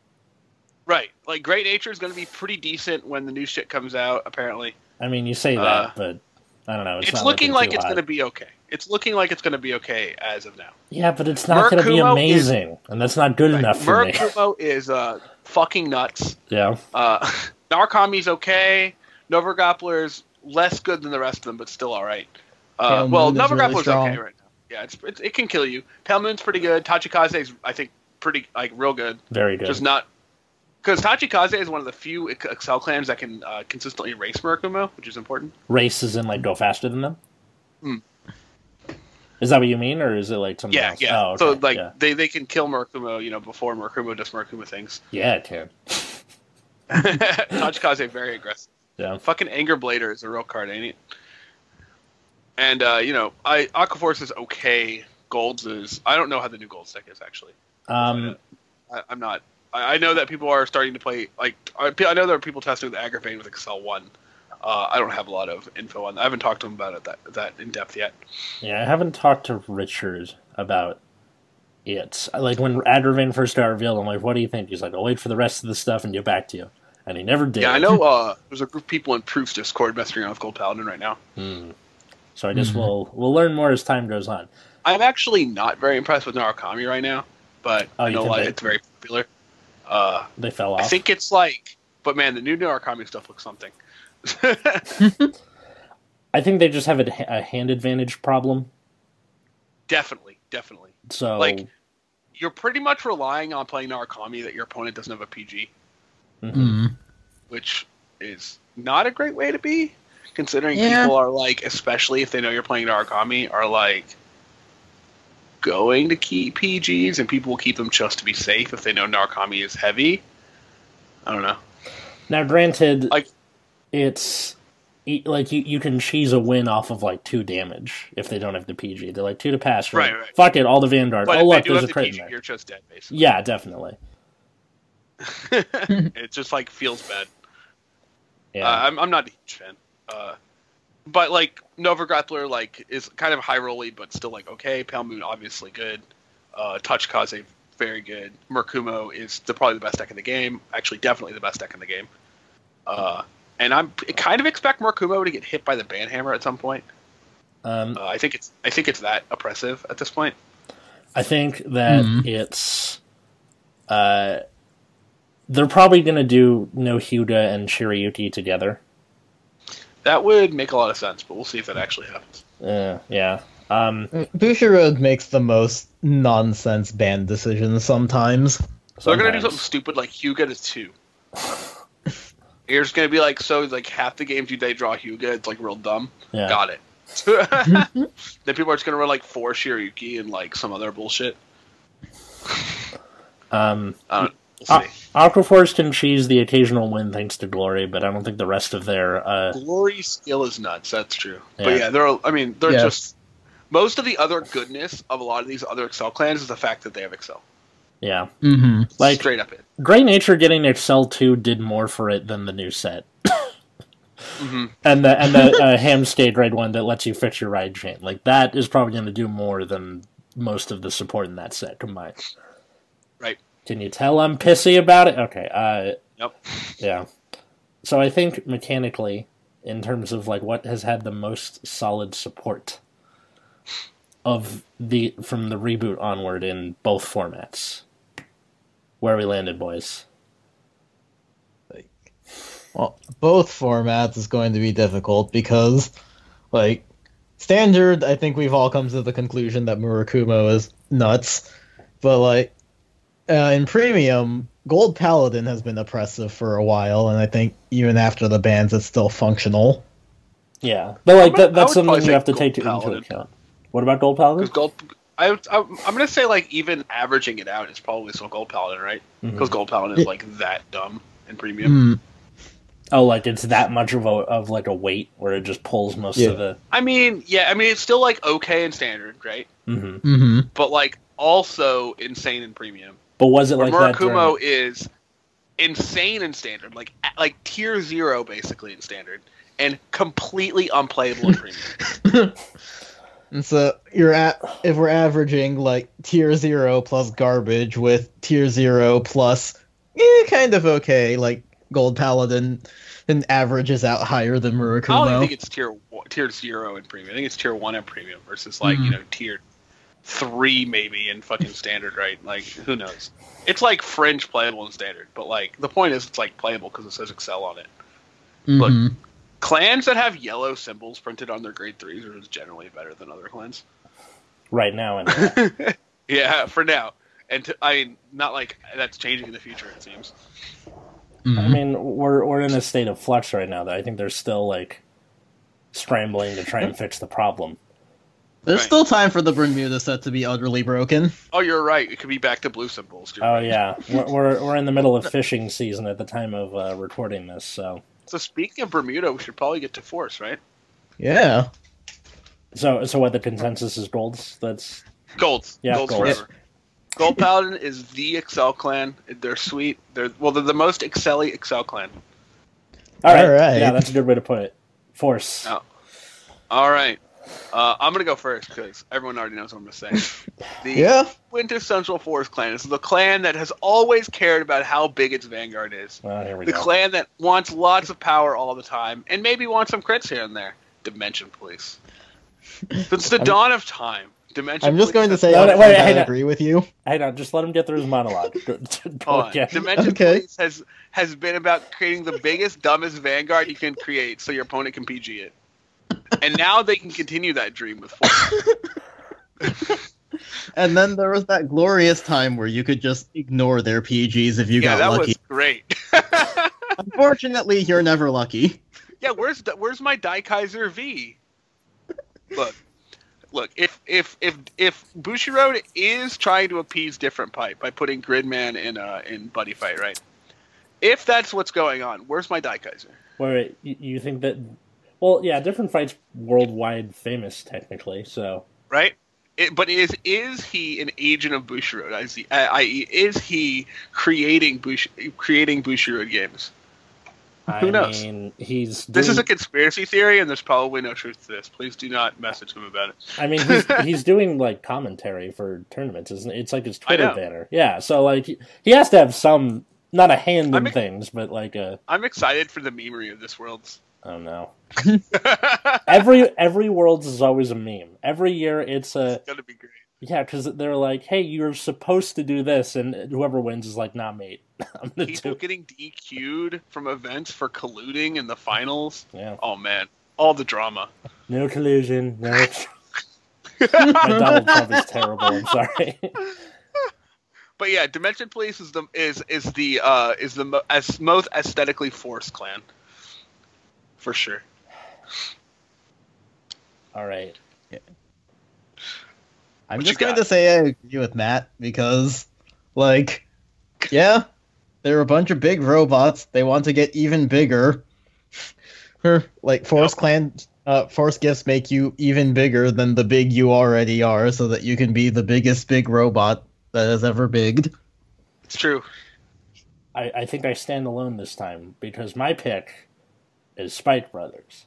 Speaker 2: Right. Like Great Nature is going to be pretty decent when the new shit comes out. Apparently,
Speaker 1: I mean, you say that,
Speaker 2: Uh,
Speaker 1: but I don't know. It's,
Speaker 2: it's,
Speaker 1: not
Speaker 2: looking like it's
Speaker 1: going
Speaker 2: going to be okay. It's looking like it's going to be okay as of now.
Speaker 1: Yeah, but it's not going to be
Speaker 2: Murakumo is-
Speaker 1: amazing, and that's not good
Speaker 2: Right.
Speaker 1: enough for me.
Speaker 2: Murakumo is uh, fucking nuts.
Speaker 1: yeah.
Speaker 2: Uh, Narcomy's okay. Novogoppler's less good than the rest of them, but still all right. Uh,
Speaker 3: Pale
Speaker 2: well,
Speaker 3: Moon is really
Speaker 2: Novogoppler's
Speaker 3: strong.
Speaker 2: okay right now. Yeah, it's, it's it can kill you. Pale Moon's pretty good. Tachikaze's I think pretty like real good.
Speaker 1: Very good.
Speaker 2: Just not because Tachikaze is one of the few Ex- Excel clans that can uh, consistently race Murakumo, which is important.
Speaker 1: Races and like go faster than them.
Speaker 2: Hmm.
Speaker 1: Is that what you mean, or is it like something
Speaker 2: Yeah,
Speaker 1: else?
Speaker 2: yeah.
Speaker 1: Oh, okay.
Speaker 2: So like
Speaker 1: yeah,
Speaker 2: they, they can kill Murakumo, you know, before Murakumo does Murakumo things.
Speaker 1: yeah it can.
Speaker 2: Tachikaze very aggressive.
Speaker 1: Yeah.
Speaker 2: Fucking Anger Blader is a real card, ain't it? And uh, you know, I Aquaforce is okay. Golds is I don't know how the new Golds deck is actually.
Speaker 1: Um,
Speaker 2: I, I'm not. I, I know that people are starting to play. Like I, I know there are people testing with Agrafane with Excel One. Uh, I don't have a lot of info on. that. I haven't talked to him about it that that in depth yet.
Speaker 1: Yeah, I haven't talked to Richard about it. Like when Adravan first got revealed, I'm like, "What do you think?" He's like, "I'll wait for the rest of the stuff and get back to you." And he never did.
Speaker 2: Yeah, I know. Uh, there's a group of people in Proof's Discord messing around with Gold Paladin right now.
Speaker 1: Hmm. So I guess
Speaker 3: Mhm.
Speaker 1: we'll we'll learn more as time goes on.
Speaker 2: I'm actually not very impressed with Narukami right now, but
Speaker 1: Oh,
Speaker 2: I
Speaker 1: you
Speaker 2: know
Speaker 1: think
Speaker 2: like,
Speaker 1: they-
Speaker 2: it's very popular. Uh,
Speaker 1: They fell
Speaker 2: I
Speaker 1: off.
Speaker 2: think it's like, but man, the new Narukami stuff looks something.
Speaker 1: I think they just have a, a hand advantage problem.
Speaker 2: definitely, definitely.
Speaker 1: So
Speaker 2: Like- You're pretty much relying on playing Narukami that your opponent doesn't have a PG,
Speaker 1: Mhm.
Speaker 3: Hmm.
Speaker 2: which is not a great way to be, considering
Speaker 3: Yeah.
Speaker 2: people are like, especially if they know you're playing Narukami, are like going to keep PGs, and people will keep them just to be safe if they know Narukami is heavy. I don't know.
Speaker 1: now, granted,
Speaker 2: Like-
Speaker 1: it's e- like you, you can cheese a win off of like two damage if they don't have the PG. They're like two to pass. you're
Speaker 2: Right,
Speaker 1: like,
Speaker 2: right.
Speaker 1: Fuck it, all the Vanguard.
Speaker 2: But
Speaker 1: oh
Speaker 2: if
Speaker 1: look,
Speaker 2: they do
Speaker 1: there's
Speaker 2: have
Speaker 1: a
Speaker 2: the
Speaker 1: crit in
Speaker 2: PG,
Speaker 1: there.
Speaker 2: you're just dead, basically.
Speaker 1: Yeah, definitely.
Speaker 2: it just like feels bad.
Speaker 1: Yeah.
Speaker 2: Uh, I'm, I'm not a huge fan. Uh, but like Novograppler, like is kind of high rolly, but still like okay. Pale Moon obviously good. Uh, Touch Kaze very good. Murkumo is the, probably the best deck in the game. Actually, definitely the best deck in the game. Uh, and I'm I kind of expect Murkumo to get hit by the Banhammer at some point.
Speaker 1: um,
Speaker 2: Uh, I think it's I think it's that oppressive at this point.
Speaker 1: I think that
Speaker 3: Mhm.
Speaker 1: it's uh they're probably gonna do Nohuda and Shiryuki together.
Speaker 2: That would make a lot of sense, but we'll see if that actually happens.
Speaker 1: Uh, yeah. Um
Speaker 3: Bushiroad makes the most nonsense band decisions sometimes.
Speaker 2: So they're gonna do
Speaker 1: sometimes.
Speaker 2: something stupid like Huga to two. You're just gonna be like, so like half the games you they draw Huga, it's like real dumb.
Speaker 1: Yeah.
Speaker 2: Got it. then people are just gonna run like four Shiryuki and like some other bullshit.
Speaker 1: Um
Speaker 2: I don't. We'll
Speaker 1: Ah.
Speaker 2: see.
Speaker 1: Aquaforce can cheese the occasional win thanks to Glory, but I don't think the rest of their uh
Speaker 2: Glory skill is nuts. That's true.
Speaker 1: Yeah.
Speaker 2: But yeah, they're. I mean, they're
Speaker 3: Yes.
Speaker 2: just most of the other goodness of a lot of these other Excel clans is the fact that they have Excel.
Speaker 1: yeah.
Speaker 3: Mm-hmm.
Speaker 1: Like-
Speaker 2: straight up it.
Speaker 1: Grey Nature getting Excel two did more for it than the new set.
Speaker 2: hmm
Speaker 1: And the and the uh, Hamstay grade one that lets you fix your ride chain. Like that is probably gonna do more than most of the support in that set combined.
Speaker 2: Right.
Speaker 1: Can you tell I'm pissy about it? Okay, uh
Speaker 2: Yep.
Speaker 1: Yeah. So I think mechanically, in terms of like what has had the most solid support of the from the reboot onward in both formats. Where we landed, boys.
Speaker 3: Well, both formats is going to be difficult because, like, standard, I think we've all come to the conclusion that Murakumo is nuts. But, like, uh, in premium, Gold Paladin has been oppressive for a while, and I think even after the bans, it's still functional.
Speaker 1: Yeah. But like
Speaker 2: gonna-
Speaker 1: that, that's
Speaker 2: I would
Speaker 1: something
Speaker 2: probably
Speaker 1: you
Speaker 2: say
Speaker 1: have to
Speaker 2: Gold
Speaker 1: take to- into
Speaker 2: Paladin.
Speaker 1: account. What about Gold Paladin?
Speaker 2: Because gold, I, I, I'm gonna say like even averaging it out is probably still gold paladin, right? Because
Speaker 1: Mhm.
Speaker 2: gold paladin is like that dumb and premium.
Speaker 1: Mm.
Speaker 3: Hmm.
Speaker 1: Oh, like it's that much of a of like a weight where it just pulls most
Speaker 3: Yeah.
Speaker 1: of the.
Speaker 2: I mean, yeah, I mean it's still like okay in standard, right?
Speaker 1: hmm
Speaker 3: hmm
Speaker 2: But like also insane in premium.
Speaker 1: But was it
Speaker 2: Where
Speaker 1: like that?
Speaker 2: Murakumo
Speaker 1: during-
Speaker 2: is insane in standard, like like tier zero basically in standard, and completely unplayable in premium.
Speaker 3: And so you're at if we're averaging like tier zero plus garbage with tier zero plus eh, kind of okay, like gold paladin and averages out higher than
Speaker 2: I don't even
Speaker 3: Murakumo.
Speaker 2: think it's tier one, tier zero in premium. I think it's tier one in premium versus like
Speaker 1: Mm.
Speaker 2: you know tier three maybe in fucking standard, right? Like who knows? It's like fringe playable in standard, but like the point is it's like playable because it says Excel on it. look.
Speaker 3: Mhm.
Speaker 2: Clans that have yellow symbols printed on their grade threes are just generally better than other clans.
Speaker 1: right now. And
Speaker 2: Yeah, for now. And to, I mean, not like that's changing in the future. It seems.
Speaker 1: I
Speaker 3: Mhm.
Speaker 1: mean, we're we're in a state of flux right now. That I think they're still like scrambling to try and fix the problem.
Speaker 3: There's
Speaker 2: Right.
Speaker 3: still time for the Bermuda set to be utterly broken.
Speaker 2: Oh, you're right. It could be back to blue symbols. Too.
Speaker 1: Oh yeah, we're we're, we're in the middle of fishing season at the time of uh, recording this. So
Speaker 2: so speaking of Bermuda, we should probably get to force, right?
Speaker 3: Yeah.
Speaker 1: so so what the consensus is golds. That's
Speaker 2: Golds.
Speaker 1: Yeah,
Speaker 2: Golds
Speaker 1: golds.
Speaker 2: forever. Gold Paladin is the Excel clan. They're sweet. They're well, they're the most Excel Excel clan.
Speaker 1: all right.
Speaker 3: All right.
Speaker 1: Yeah, that's a good way to put it. Force.
Speaker 2: Oh. All right. Uh, I'm gonna go first because everyone already knows what I'm gonna say. The
Speaker 3: Yeah.
Speaker 2: Winter Central Forest clan is the clan that has always cared about how big its vanguard is.
Speaker 1: Well, here we
Speaker 2: The
Speaker 1: go.
Speaker 2: clan that wants lots of power all the time, and maybe wants some crits here and there. Dimension Police. Since the dawn of time, Dimension.
Speaker 3: I'm just
Speaker 2: Police
Speaker 3: going to
Speaker 2: has-
Speaker 3: say
Speaker 1: No,
Speaker 3: I
Speaker 1: no,
Speaker 3: don't
Speaker 1: wait,
Speaker 3: think I
Speaker 1: hang on.
Speaker 3: agree with you.
Speaker 1: Hang on, just let him get through his monologue. Go- go
Speaker 2: Hold on.
Speaker 1: again.
Speaker 2: Dimension
Speaker 3: Okay.
Speaker 2: Police has has been about creating the biggest, dumbest vanguard you can create, so your opponent can PG it. And now they can continue that dream with force.
Speaker 3: And then there was that glorious time where you could just ignore their PGs if you
Speaker 2: yeah, that
Speaker 3: got lucky.
Speaker 2: was great.
Speaker 3: Unfortunately, you're never lucky.
Speaker 2: yeah, where's the- where's my Daikaiser V? Look, look. If if if if Bushiroad is trying to appease different pipe by putting Gridman in uh in buddy fight, right? If that's what's going on, where's my Daikaiser?
Speaker 1: Wait, wait, you, you think that? Well, yeah, different fights worldwide famous technically. So
Speaker 2: right? It, but is is he an agent of Bushiroad? Is he- uh, I.e., is he creating Bush, creating Bushiroad games?
Speaker 1: I
Speaker 2: Who knows?
Speaker 1: mean, he's doing,
Speaker 2: This is a conspiracy theory, and there's probably no truth to this. Please do not message him about it.
Speaker 1: I mean, he's he's doing like commentary for tournaments, isn't it? It's like his
Speaker 2: I
Speaker 1: Twitter
Speaker 2: know.
Speaker 1: banner. Yeah, so like he, he has to have some, not a hand in
Speaker 2: I mean-
Speaker 1: things, but like a
Speaker 2: I'm excited for the memery of this world.
Speaker 1: oh no. Every every worlds is always a meme. Every year it's a
Speaker 2: it's gonna be great.
Speaker 1: yeah, because they're like, hey, you're supposed to do this, and whoever wins is like, not mate. I'm gonna
Speaker 2: People
Speaker 1: do
Speaker 2: getting DQ'd from events for colluding in the finals.
Speaker 1: yeah.
Speaker 2: Oh man, all the drama.
Speaker 1: No collusion. No. My Donald Trump is terrible. I'm sorry.
Speaker 2: But yeah, Dimension Police is the is is the uh, is the mo- as most aesthetically forced clan, for sure.
Speaker 1: All right.
Speaker 3: I'm
Speaker 2: What
Speaker 3: just
Speaker 2: you
Speaker 3: going
Speaker 2: got?
Speaker 3: to say I agree with Matt because, like, yeah, they're a bunch of big robots. They want to get even bigger. Huh, like Force Clan, uh, Force gifts make you even bigger than the big you already are, so that you can be the biggest big robot that has ever bigged.
Speaker 2: It's true.
Speaker 1: I, I think I stand alone this time because my pick is Spike Brothers.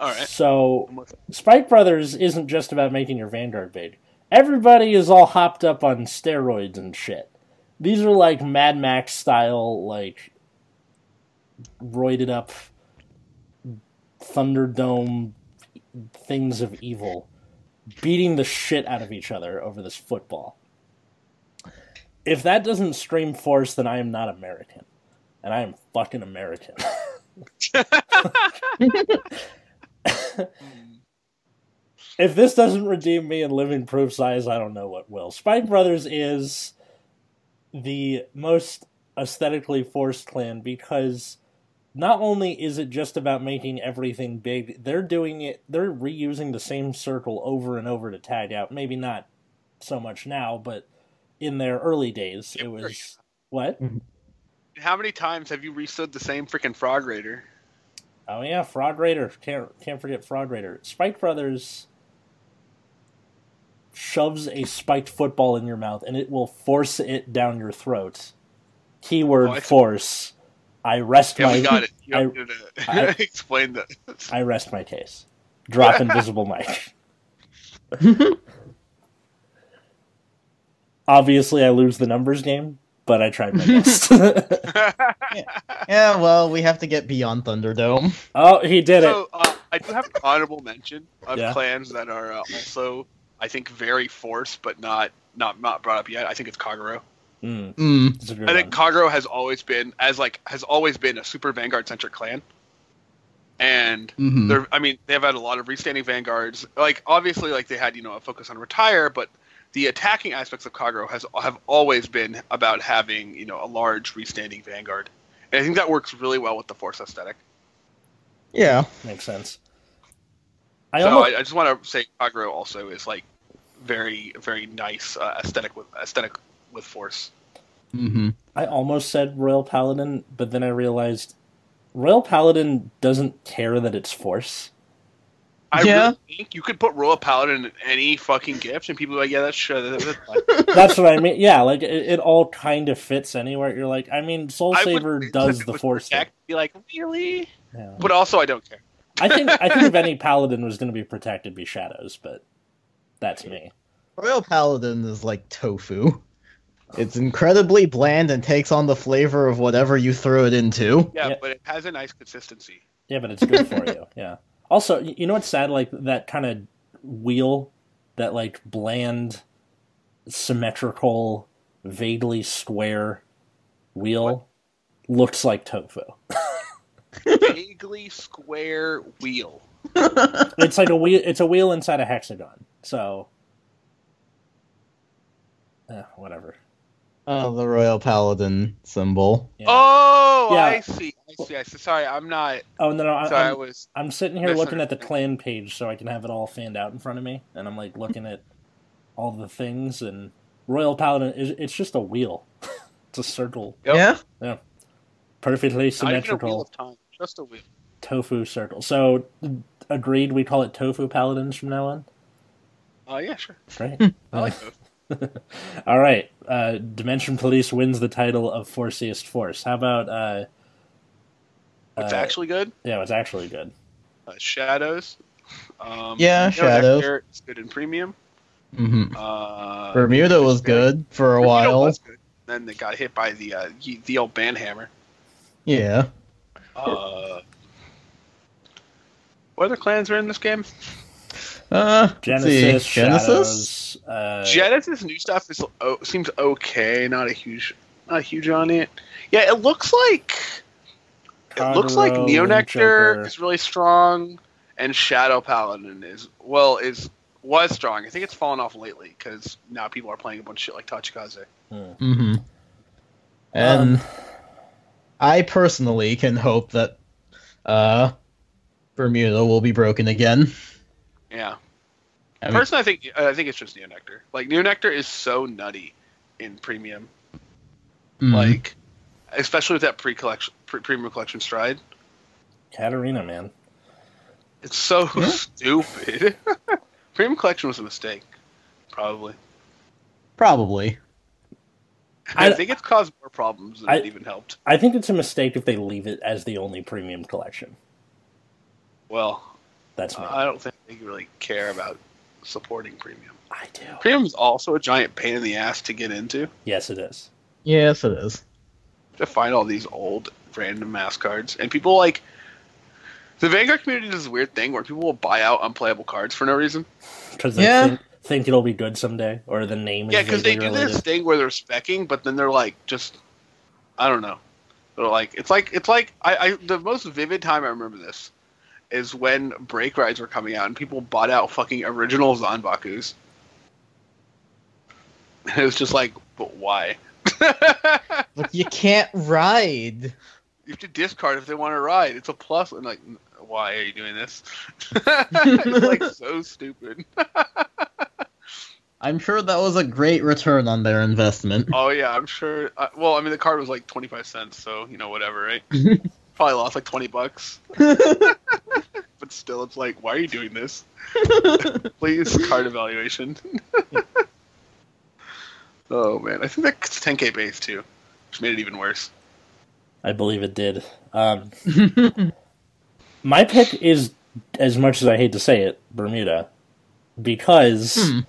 Speaker 2: All right.
Speaker 1: So Spike Brothers isn't just about making your Vanguard big. Everybody is all hopped up on steroids and shit. These are like Mad Max style, like roided up Thunderdome things of evil, beating the shit out of each other over this football. If that doesn't scream force, then I am not American. And I am fucking American. Hmm. if this doesn't redeem me in living proof size, I don't know what will. Spike Brothers is the most aesthetically forced clan because not only is it just about making everything big, they're doing it, they're reusing the same circle over and over to tag out. Maybe not so much now, but in their early days, it was. What?
Speaker 2: How many times have you restood the same freaking frog raider?
Speaker 1: Oh yeah, Fraud Raider. Can't can't forget Fraud Raider. Spike Brothers shoves a spiked football in your mouth and it will force it down your throat Keyword
Speaker 2: Oh, I see.
Speaker 1: force. I rest
Speaker 2: Yeah,
Speaker 1: my
Speaker 2: we got it. You
Speaker 1: I-
Speaker 2: have to
Speaker 1: I-
Speaker 2: uh, explain that.
Speaker 1: I rest my case. Drop invisible mic. Obviously, I lose the numbers game, but I tried my best.
Speaker 3: Yeah, well, we have to get beyond Thunderdome.
Speaker 1: oh, he did it.
Speaker 2: so uh, I do have an honorable mention of
Speaker 1: Yeah.
Speaker 2: clans that are uh, also, I think, very forced, but not not not brought up yet. I think it's Kaguro.
Speaker 1: Mm,
Speaker 3: Mm.
Speaker 1: that's a good
Speaker 2: I
Speaker 1: one.
Speaker 2: think Kagro has always been as like has always been a super vanguard centric clan, and
Speaker 1: Hmm.
Speaker 3: mhm.
Speaker 2: they're I mean they've had a lot of restanding vanguards. Like obviously like they had you know a focus on retire, but the attacking aspects of Kagro has have always been about having you know a large restanding vanguard, and I think that works really well with the force aesthetic.
Speaker 3: Yeah.
Speaker 1: Makes sense. I
Speaker 2: so
Speaker 1: almost,
Speaker 2: I, I just want to say Kagro also is like very very nice uh, aesthetic with aesthetic with force.
Speaker 3: Mm-hmm.
Speaker 1: I almost said Royal Paladin, but then I realized Royal Paladin doesn't care that it's force.
Speaker 2: I
Speaker 3: Yeah.
Speaker 2: really think you could put Royal Paladin in any fucking gift, and people are like, yeah, that's sure. That, that's fine."
Speaker 1: That's what I mean. Yeah, like it, it all kind of fits anywhere. You're like, I mean, Soul
Speaker 2: I would
Speaker 1: Saver
Speaker 2: think
Speaker 1: does
Speaker 2: that
Speaker 1: the
Speaker 2: would
Speaker 1: force. thing.
Speaker 2: protect, Be like, really?
Speaker 1: Yeah.
Speaker 2: But also, I don't care.
Speaker 1: I think I think if any paladin was going to be protected, it'd be shadows, but that's me.
Speaker 3: Royal Paladin is like tofu. It's incredibly bland and takes on the flavor of whatever you throw it into.
Speaker 2: Yeah,
Speaker 1: Yeah.
Speaker 2: but it has a nice consistency.
Speaker 1: Yeah, but it's good for you. Yeah. Also, y- you know what's sad? Like that kind of wheel, that like bland, symmetrical, vaguely square wheel, looks like tofu.
Speaker 2: Vaguely square wheel.
Speaker 1: It's like a wheel. It's a wheel inside a hexagon. So, eh, whatever.
Speaker 3: Oh, the Royal Paladin symbol.
Speaker 1: Yeah.
Speaker 2: Oh,
Speaker 1: Yeah.
Speaker 2: I see. I see. I see. Sorry, I'm not.
Speaker 1: oh no, no, I,
Speaker 2: sorry, i
Speaker 1: I'm-
Speaker 2: was.
Speaker 1: I'm sitting here looking at the clan page so I can have it all fanned out in front of me, and I'm like looking at all the things and Royal Paladin. Is, it's just a wheel. it's a circle,
Speaker 2: Yep.
Speaker 3: Yeah?
Speaker 1: perfectly
Speaker 2: Not even a wheel
Speaker 1: symmetrical
Speaker 2: of time. Just a wheel.
Speaker 1: tofu circle. So agreed. We call it tofu paladins from now on.
Speaker 2: Oh yeah, sure.
Speaker 1: Right.
Speaker 3: Hmm.
Speaker 2: I like those.
Speaker 1: all right. Uh, Dimension Police wins the title of Forciest Force. How about uh,
Speaker 2: What's
Speaker 1: Uh,
Speaker 2: actually good?
Speaker 1: yeah? It's actually good.
Speaker 2: Uh, shadows. Um, you know,
Speaker 3: Yeah,
Speaker 2: that
Speaker 3: Shadows.
Speaker 2: carrot is good in premium.
Speaker 3: Mm-hmm.
Speaker 2: Uh,
Speaker 3: Bermuda was good for a
Speaker 2: Bermuda
Speaker 3: while.
Speaker 2: was good. Then they got hit by the uh, y- the old band hammer.
Speaker 3: Yeah.
Speaker 2: Uh, what other clans are in this game?
Speaker 3: Uh, let's see.
Speaker 1: Genesis.
Speaker 3: Genesis?
Speaker 1: Shadows, uh,
Speaker 2: Genesis new stuff is oh, seems okay. Not a huge, not huge on it. Yeah, it looks like it looks like
Speaker 1: Kagero,
Speaker 2: Neonectar
Speaker 1: Joker.
Speaker 2: is really strong, and Shadow Paladin is well is was strong. I think it's fallen off lately because now people are playing a bunch of shit like Tachikaze.
Speaker 3: Mm-hmm. And I personally can hope that uh, Bermuda will be broken again.
Speaker 2: Yeah,
Speaker 3: I mean-
Speaker 2: personally, I think I think it's just Neonectar. Like Neonectar is so nutty in premium.
Speaker 1: Mm-hmm.
Speaker 3: Mm.
Speaker 2: like especially with that pre-collection pre- premium collection stride
Speaker 1: Katarina, man.
Speaker 2: it's so
Speaker 1: Mm-hmm.
Speaker 3: Yeah.
Speaker 2: stupid premium collection was a mistake probably
Speaker 3: probably.
Speaker 2: i,
Speaker 1: I-
Speaker 2: think it's caused more problems than
Speaker 1: I-
Speaker 2: it even helped
Speaker 1: I think it's a mistake if they leave it as the only premium collection.
Speaker 2: well
Speaker 1: That's me.
Speaker 2: i don't think they really care about supporting premium
Speaker 1: I do.
Speaker 2: premium's also a giant pain in the ass to get into
Speaker 1: Yes, it is.
Speaker 3: Yes, it is.
Speaker 2: to find all these old random mass cards and people like the vanguard community does this weird thing where people will buy out unplayable cards for no reason
Speaker 1: Because they
Speaker 3: Yeah.
Speaker 1: think, think it'll be good someday, or the name is
Speaker 2: Yeah, because they
Speaker 1: vaguely
Speaker 2: do
Speaker 1: related.
Speaker 2: this thing where they're specking, but then they're like just, I don't know. They're like it's like it's like I, I the most vivid time I remember this is when brake rides were coming out and people bought out fucking original Zanbakus. And it was just like, but why? you
Speaker 3: But you can't ride.
Speaker 2: have to discard if they want to ride. It's a plus. And like, why are you doing this? it's like so stupid.
Speaker 3: I'm sure that was a great return on their investment.
Speaker 2: Oh yeah, I'm sure. Uh, well, I mean, the card was like twenty five cents, so you know whatever, right? Probably lost like twenty bucks, but still, it's like, why are you doing this? Please, card evaluation. oh man, I think that's ten k base too. which made it even worse.
Speaker 1: I believe it did. Um, my pick is, as much as I hate to say it, Bermuda, because
Speaker 2: Hmm.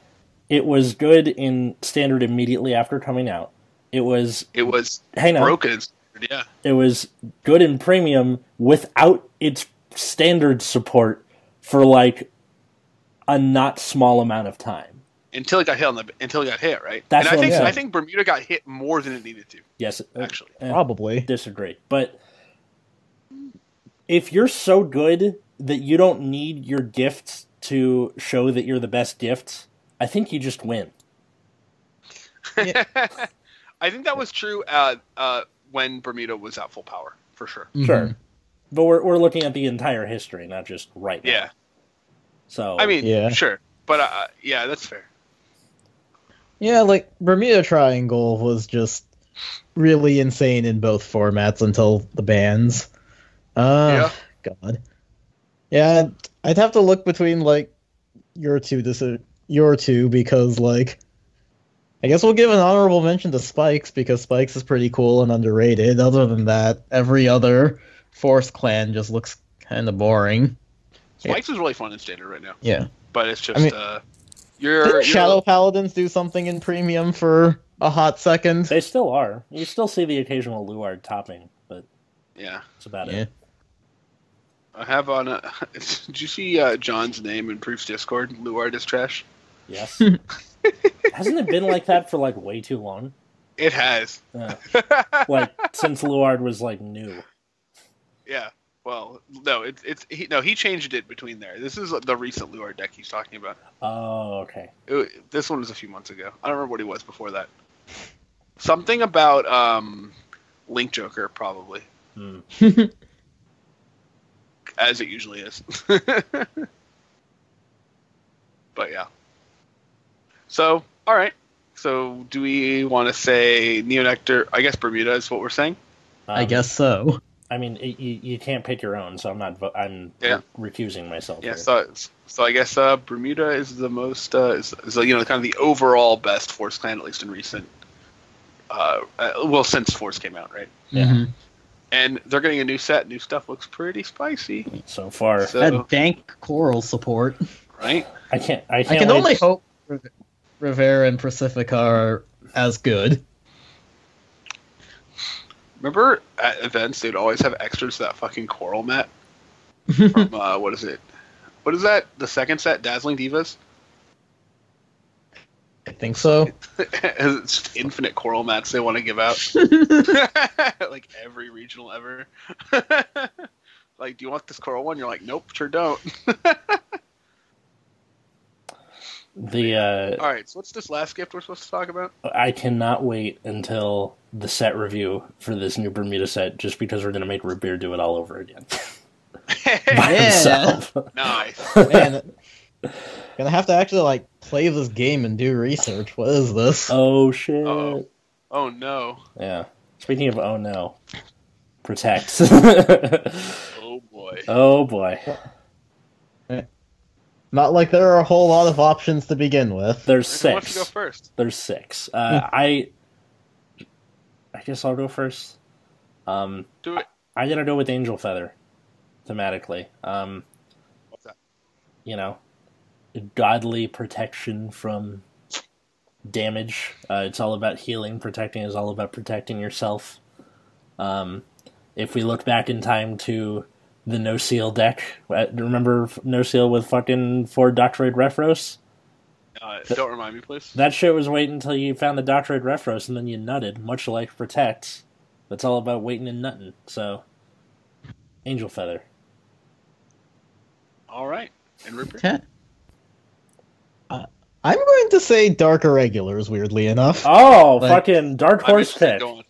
Speaker 1: it was good in standard immediately after coming out. It was
Speaker 2: It was
Speaker 1: hang on,
Speaker 2: broken. and standard, Yeah,
Speaker 1: it was good in premium without its standard support for like a not small amount of time.
Speaker 2: until it got hit. On the, until it got hit, right?
Speaker 1: That's what
Speaker 2: and I
Speaker 1: I'm
Speaker 2: think
Speaker 1: saying.
Speaker 2: I think Bermuda got hit more than it needed to.
Speaker 1: Yes,
Speaker 2: Actually.
Speaker 1: uh,
Speaker 3: Probably.
Speaker 1: disagree. But if you're so good that you don't need your gifts to show that you're the best gifts, I think you just win.
Speaker 2: I think that was true uh, uh, when Bermuda was at full power for sure.
Speaker 3: Mm-hmm. Mhm.
Speaker 1: Sure. But we're we're looking at the entire history, not just right now.
Speaker 2: Yeah,
Speaker 1: So
Speaker 2: I mean,
Speaker 3: Yeah.
Speaker 2: sure, but uh, yeah, that's fair.
Speaker 3: Yeah, like Bermuda Triangle was just really insane in both formats until the bans. Uh, God. Yeah, I'd have to look between like your two dis- your two because like I guess we'll give an honorable mention to Spikes because Spikes is pretty cool and underrated. Other than that, every other Force clan just looks kind of boring. Yeah.
Speaker 2: Spikes is really fun in standard right now,
Speaker 3: Yeah.
Speaker 2: but it's just
Speaker 3: I mean-
Speaker 2: uh, you're, you're
Speaker 3: Did Shadow Paladins do something in premium for a hot second?
Speaker 1: they still are. You still see the occasional Luard topping, but
Speaker 2: Yeah,
Speaker 1: that's about
Speaker 3: Yeah.
Speaker 1: it.
Speaker 2: I have on. A, did you see uh, John's name in Proof's Discord? Luard is trash.
Speaker 1: Yes. Hasn't it been like that for like way too long?
Speaker 2: It has.
Speaker 1: Uh, like since Luard was like new.
Speaker 2: Yeah. Well, no, it's it's he, no. He changed it between there. This is the recent Luard deck he's talking about.
Speaker 1: Oh, okay.
Speaker 2: It- this one was a few months ago. I don't remember what he was before that. Something about um, Link Joker, probably,
Speaker 1: Hmm.
Speaker 2: as it usually is. but yeah. So, all right. So, do we want to say Neonectar? I guess Bermuda is what we're saying.
Speaker 1: Um,
Speaker 3: I guess so.
Speaker 1: I mean, it, you, you can't pick your own, so I'm not. vo- I'm
Speaker 2: Yeah.
Speaker 1: recusing myself.
Speaker 2: Yeah.
Speaker 1: here.
Speaker 2: So, so I guess uh, Bermuda is the most uh, is, is you know kind of the overall best Force clan at least in recent. Uh, uh, well, since Force came out, right?
Speaker 1: Yeah.
Speaker 3: Mhm.
Speaker 2: And they're getting a new set. New stuff looks pretty spicy,
Speaker 1: so far,
Speaker 2: so,
Speaker 3: That dank coral support.
Speaker 2: right?
Speaker 1: I can't. I can't.
Speaker 3: I can
Speaker 1: wait-
Speaker 3: only hope Riv- Rivera and Pacifica are as good.
Speaker 2: Remember at events they'd always have extras to that fucking coral mat from uh, what is it? What is that? The second set, Dazzling Divas.
Speaker 3: I think so.
Speaker 2: it's just infinite coral mats they want to give out, like every regional ever. like, do you want this coral one? You're like, nope, sure don't.
Speaker 1: the. Uh,
Speaker 2: All right, so what's this last gift we're supposed to talk about?
Speaker 1: I cannot wait until the set review for this new Bermuda set, just because we're gonna make Rebeer do it all over again by
Speaker 3: Yeah.
Speaker 1: himself.
Speaker 2: nice.
Speaker 3: Man, gonna have to actually like play this game and do research. What is this?
Speaker 1: Oh shit!
Speaker 2: Oh. Oh no.
Speaker 1: Yeah. Speaking of oh no, protect.
Speaker 2: Oh boy.
Speaker 1: oh boy,
Speaker 3: Not like there are a whole lot of options to begin with.
Speaker 1: there's
Speaker 2: Who wants to go
Speaker 1: six.
Speaker 2: first?
Speaker 1: There's six. Uh, I. I guess I'll go first. Um,
Speaker 2: Do it.
Speaker 1: I gotta go with Angel Feather, thematically. Um,
Speaker 2: What's that?
Speaker 1: you know, godly protection from damage. Uh, it's all about healing. Protecting is all about protecting yourself. Um, if we look back in time to the No Seal deck, uh, remember No Seal with fucking four Doctorate Refros?
Speaker 2: Uh, don't remind me, please.
Speaker 1: That shit was waiting until you found the Doctorate Refros and then you nutted, much like Protect. That's all about waiting and nutting. So, Angel Feather.
Speaker 2: All right. And Ripper.
Speaker 3: Okay. Uh, I'm going to say Dark Irregulars, weirdly enough.
Speaker 1: Oh,
Speaker 3: Like-
Speaker 1: fucking dark
Speaker 2: I
Speaker 1: horse
Speaker 2: missed it.
Speaker 1: pick.
Speaker 2: Go on.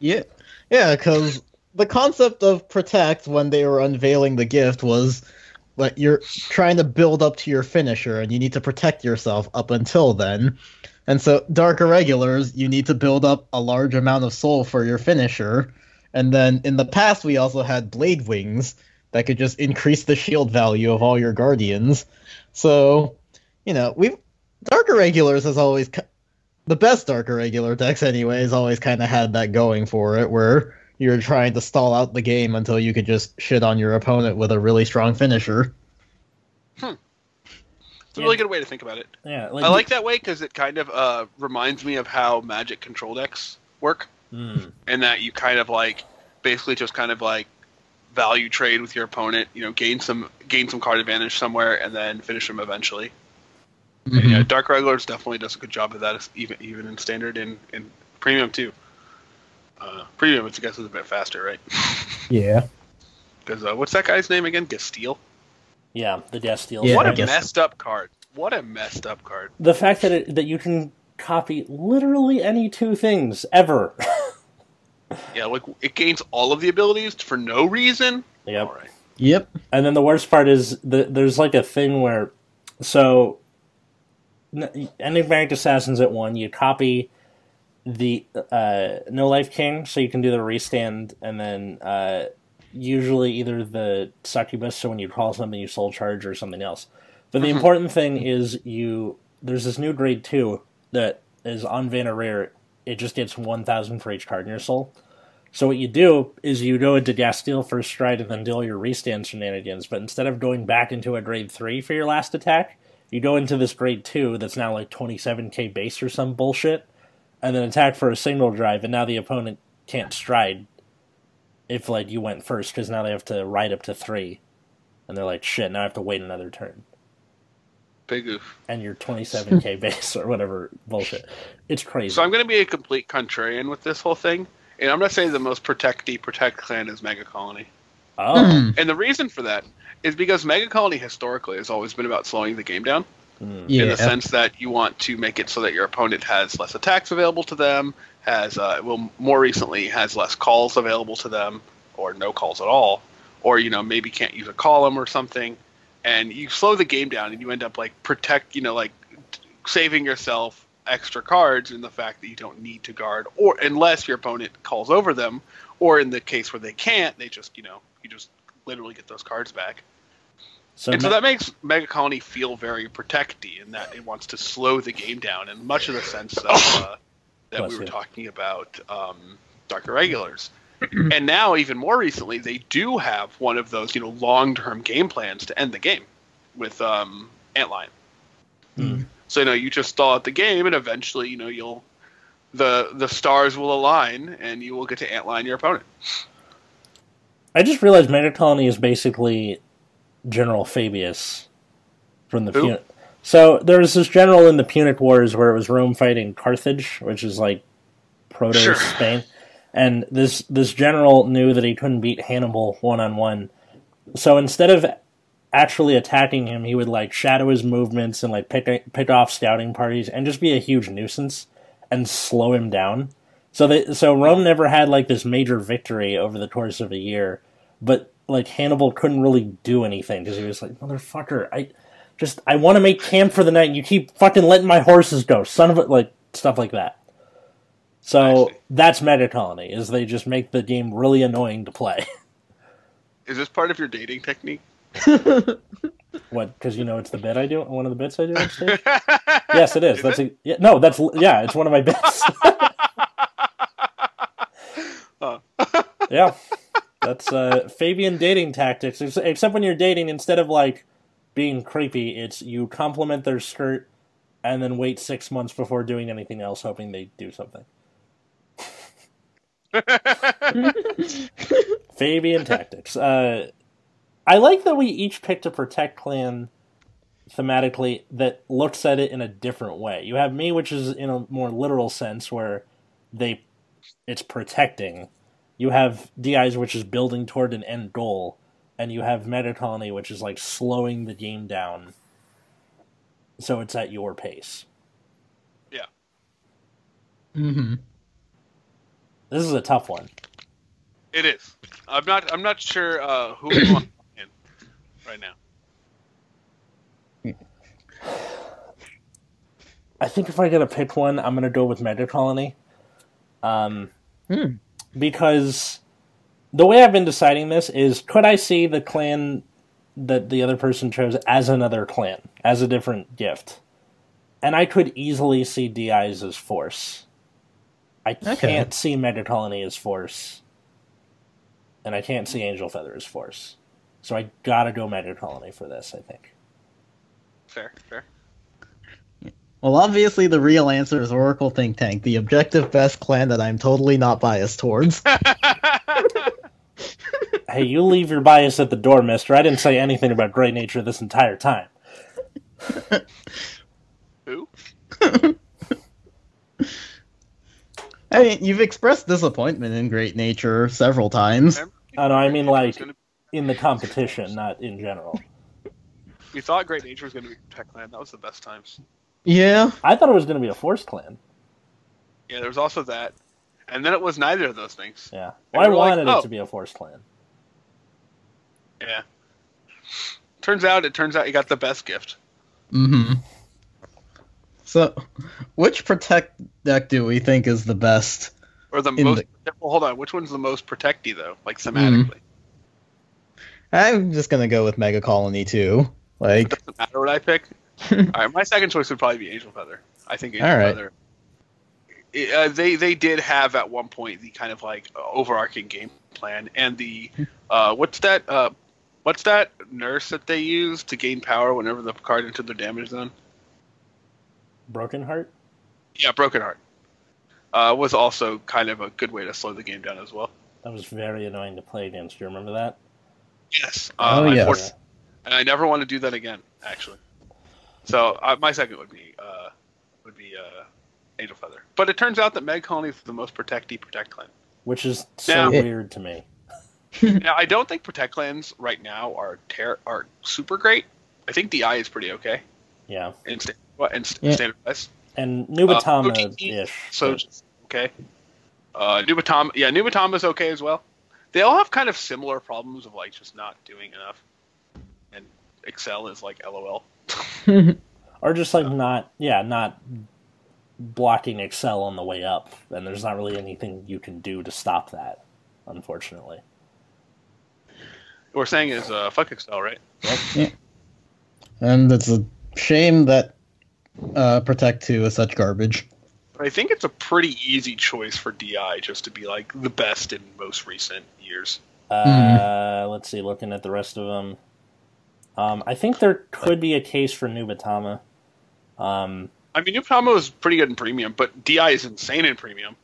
Speaker 3: Yeah, yeah, because the concept of protect when they were unveiling the gift was that you're trying to build up to your finisher and you need to protect yourself up until then. And so, dark irregulars, you need to build up a large amount of soul for your finisher. And then in the past, we also had blade wings that could just increase the shield value of all your guardians. So, you know, we've dark irregulars has always ki- the best darker regular decks anyways always kind of had that going for it where you're trying to stall out the game until you could just shit on your opponent with a really strong finisher
Speaker 2: It's a really good way to think about it.
Speaker 1: Yeah,
Speaker 2: I like that way because it kind of uh, reminds me of how Magic control decks work,
Speaker 1: Mm,
Speaker 2: and that you kind of like basically just kind of like value trade with your opponent. You know, gain some gain some card advantage somewhere, and then finish them eventually.
Speaker 1: Mm-hmm.
Speaker 2: And, you know, Dark Regulars definitely does a good job of that, it's even even in standard and in premium too. Uh, premium, it's, I guess, is a bit faster, right?
Speaker 3: yeah
Speaker 2: Because uh, what's that guy's name again? Gasteel.
Speaker 1: yeah, the death deals.
Speaker 3: Yeah,
Speaker 2: what
Speaker 3: I
Speaker 2: a
Speaker 3: guess-
Speaker 2: messed up card. What a messed up card.
Speaker 1: the fact that it, that you can copy literally any two things ever.
Speaker 2: Yeah, like it gains all of the abilities for no reason.
Speaker 1: yep.
Speaker 2: All right.
Speaker 3: yep
Speaker 1: And then the worst part is the, there's like a thing where, so, n- Enigmatic Assassins at one, you copy the uh, No Life King, so you can do the restand, and then uh, usually either the Succubus, so when you call something, you soul charge, or something else. But the important thing is you, there's this new grade two that is on Vanna Rare, it just gets 1,000 for each card in your soul. So what you do is you go into Gasteel first stride and then deal your restand shenanigans, but instead of going back into a grade three for your last attack, you go into this grade two that's now like twenty seven K base or some bullshit, and then attack for a single drive, and now the opponent can't stride if like you went first, because now they have to ride up to three. And they're like, shit, now I have to wait another turn.
Speaker 2: Big oof.
Speaker 1: And your twenty seven K base or whatever bullshit. It's crazy.
Speaker 2: So I'm going to be a complete contrarian with this whole thing, and I'm going to say the most protecty protect clan is Mega Colony.
Speaker 3: Hmm.
Speaker 1: oh.
Speaker 2: And the reason for that is because Mega Colony historically has always been about slowing the game down
Speaker 1: Mm.
Speaker 2: in the
Speaker 3: yeah
Speaker 2: sense that you want to make it so that your opponent has less attacks available to them, has uh, well more recently has less calls available to them, or no calls at all, or you know maybe can't use a column or something, and you slow the game down and you end up like protect you know like t- saving yourself extra cards in the fact that you don't need to guard or unless your opponent calls over them, or in the case where they can't, they just you know you just literally get those cards back
Speaker 1: So,
Speaker 2: and so
Speaker 1: ma-
Speaker 2: that makes Mega Colony feel very protecty in that it wants to slow the game down in much of the sense of, uh, that
Speaker 1: Bless
Speaker 2: we were
Speaker 1: you.
Speaker 2: talking about um, Dark Irregulars. and now, even more recently, they do have one of those you know long-term game plans to end the game with um, Antlion.
Speaker 1: Hmm.
Speaker 2: So you know you just stall out the game, and eventually you know you'll the the stars will align, and you will get to Antline your opponent.
Speaker 1: I just realized Mega Colony is basically General Fabius from the
Speaker 2: Who?
Speaker 1: Punic. So there was this general in the Punic Wars where it was Rome fighting Carthage, which is like proto
Speaker 2: Sure.
Speaker 1: Spain, and this this general knew that he couldn't beat Hannibal one on one, so instead of actually attacking him, he would like shadow his movements and like pick pick off scouting parties and just be a huge nuisance and slow him down. So they so Rome never had like this major victory over the course of a year, but like Hannibal couldn't really do anything because he was like, motherfucker, I just I want to make camp for the night. and You keep fucking letting my horses go, son of a like stuff like that.
Speaker 2: I
Speaker 1: So
Speaker 2: see.
Speaker 1: that's meta colony is they just make the game really annoying to play.
Speaker 2: Is this part of your dating technique?
Speaker 1: What? Because you know it's the bit I do. One of the bits I do. On stage? yes, it is. that's A, yeah, no. That's yeah. It's one of my bits.
Speaker 2: Oh.
Speaker 1: yeah, that's uh, Fabian dating tactics. ex- Except when you're dating, instead of like being creepy, it's you compliment their skirt and then wait six months before doing anything else, hoping they do something. Fabian tactics. Uh, I like that we each picked a protect clan thematically that looks at it in a different way. You have me, which is in a more literal sense where they it's protecting. You have DIs, which is building toward an end goal, and you have meta colony, which is like slowing the game down, so it's at your pace.
Speaker 3: hmm
Speaker 1: This is a tough one.
Speaker 2: It is. I'm not. I'm not sure uh, who we want in right now.
Speaker 1: I think if I gotta pick one, I'm gonna go with Mega Colony. Um,
Speaker 3: Hmm.
Speaker 1: because the way I've been deciding this is could I see the clan that the other person chose as another clan, as a different gift? and I could easily see Di's as force. I
Speaker 3: Okay.
Speaker 1: can't see Megacolony as force, and I can't see Angel Feather as force. So I gotta go Megacolony for this. I think.
Speaker 2: Fair, fair.
Speaker 3: Well, obviously, the real answer is Oracle Think Tank, the objective best clan that I'm totally not biased towards.
Speaker 1: Hey, you leave your bias at the door, Mister. I didn't say anything about Grey Nature this entire time.
Speaker 2: Who?
Speaker 3: I mean, you've expressed disappointment in Great Nature several times.
Speaker 1: Oh, no, I mean, like-
Speaker 2: Gonna-
Speaker 1: In the competition, not in general.
Speaker 2: we thought Great Nature was going to be Tech Clan. That was the best times.
Speaker 3: Yeah.
Speaker 1: I thought it was gonna be a Force clan.
Speaker 2: Yeah, there was also that, and then it was neither of those things.
Speaker 1: Yeah.
Speaker 2: And
Speaker 1: Well, I
Speaker 2: we're like,
Speaker 1: wanted
Speaker 2: oh.
Speaker 1: it to be a Force clan.
Speaker 2: Yeah. Turns out, it turns out you got the best gift.
Speaker 3: Mm-hmm. So, which protect deck do we think is the best?
Speaker 2: Or the
Speaker 3: In
Speaker 2: most.
Speaker 3: the-
Speaker 2: Well, hold on. Which one's the most protecty though? Like
Speaker 1: Mm-hmm.
Speaker 2: thematically,
Speaker 3: I'm just gonna go with Mega Colony too. Like,
Speaker 2: doesn't matter what I pick. All right, my second choice would probably be Angel Feather. I think Angel
Speaker 3: All right.
Speaker 2: Feather. It, uh, they they did have at one point the kind of like overarching game plan and the uh, what's that uh, what's that nurse that they use to gain power whenever the card entered their damage zone.
Speaker 1: Broken Heart.
Speaker 2: Yeah, Broken Heart uh, was also kind of a good way to slow the game down as well.
Speaker 1: That was very annoying to play against. Do you remember that?
Speaker 2: Yes. Uh,
Speaker 3: Oh, yes.
Speaker 2: unfortunately- And I never want to do that again, actually. So uh, my second would be uh, would be uh, Angel Feather. But it turns out that Meg Colony is the most protecty protect clan.
Speaker 1: Which is so
Speaker 2: Yeah.
Speaker 1: weird to me.
Speaker 2: now I don't think protect clans right now are ter- are super great. I think DI is pretty okay
Speaker 1: Yeah.
Speaker 2: in sta- well, and st-
Speaker 3: Yeah.
Speaker 2: standardized.
Speaker 1: And
Speaker 2: Uh,
Speaker 1: Nubatama
Speaker 2: OTT,
Speaker 1: ish.
Speaker 2: So okay. Uh, Nubatama, yeah, Nubatama is okay as well. They all have kind of similar problems of like just not doing enough, and Excel is like LOL.
Speaker 1: or just like not yeah, not blocking Excel on the way up. And there's not really anything you can do to stop that, unfortunately.
Speaker 2: What we're saying is uh, fuck Excel, right?
Speaker 3: and it's a shame that uh, Protect Two is such garbage.
Speaker 2: But I think it's a pretty easy choice for DI just to be like the best in most recent years.
Speaker 1: Uh, Let's see. Looking at the rest of them, um, I think there could be a case for Nubatama. Um,
Speaker 2: I mean, Nupama is pretty good in premium, but DI is insane in premium,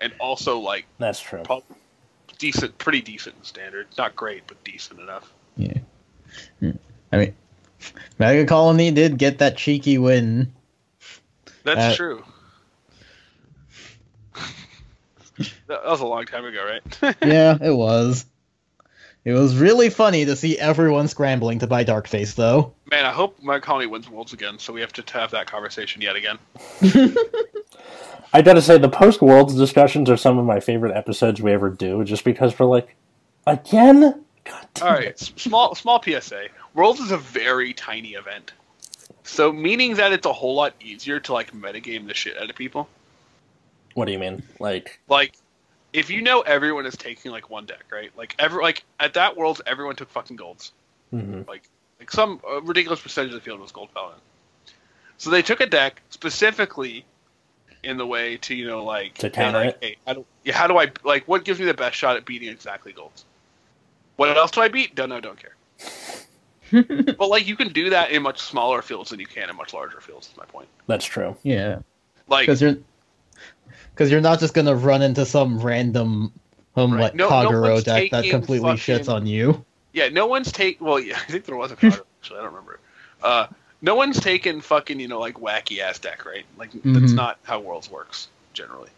Speaker 2: and also like
Speaker 1: that's true.
Speaker 2: prob- decent, pretty decent in standard. Not great, but decent enough.
Speaker 3: Yeah. I mean, Mega Colony did get that cheeky win.
Speaker 2: That's
Speaker 3: Uh,
Speaker 2: true. that that was a long time ago, right?
Speaker 3: yeah, it was. It was really funny to see everyone scrambling to buy Darkface, though.
Speaker 2: Man, I hope my colony wins worlds again, so we have to t- have that conversation yet again.
Speaker 1: I gotta say, the post worlds discussions are some of my favorite episodes we ever do, just because we're like, again. God damn
Speaker 2: All
Speaker 1: it.
Speaker 2: right, s- small small PSA. Worlds is a very tiny event, so meaning that it's a whole lot easier to like metagame the shit out of people.
Speaker 1: What do you mean? Like,
Speaker 2: Like, if you know everyone is taking like one deck, right? Like every like at that Worlds, everyone took fucking golds.
Speaker 1: mhm.
Speaker 2: Like like some uh, ridiculous percentage of the field was gold paladin. So they took a deck specifically in the way to you know like
Speaker 1: To
Speaker 2: hey,
Speaker 1: counter
Speaker 2: like,
Speaker 1: it?
Speaker 2: Hey, how do, yeah, how do I like what gives me the best shot at beating exactly golds? What else do I beat? Don't know, don't care. but like you can do that in much smaller fields than you can in much larger fields. Is my point.
Speaker 1: that's true.
Speaker 3: Yeah,
Speaker 2: Like
Speaker 3: because you're because you're not just gonna run into some random home
Speaker 2: Right.
Speaker 3: like
Speaker 2: No- no
Speaker 3: Kagero
Speaker 2: one's
Speaker 3: deck that
Speaker 2: taking
Speaker 3: completely shits
Speaker 2: fucking-
Speaker 3: on you.
Speaker 2: Yeah, no one's take. Well, yeah, I think there was a card actually. I don't remember. Uh, no one's taken fucking you know like wacky ass deck, right? Like that's
Speaker 3: Mhm.
Speaker 2: not how Worlds works generally.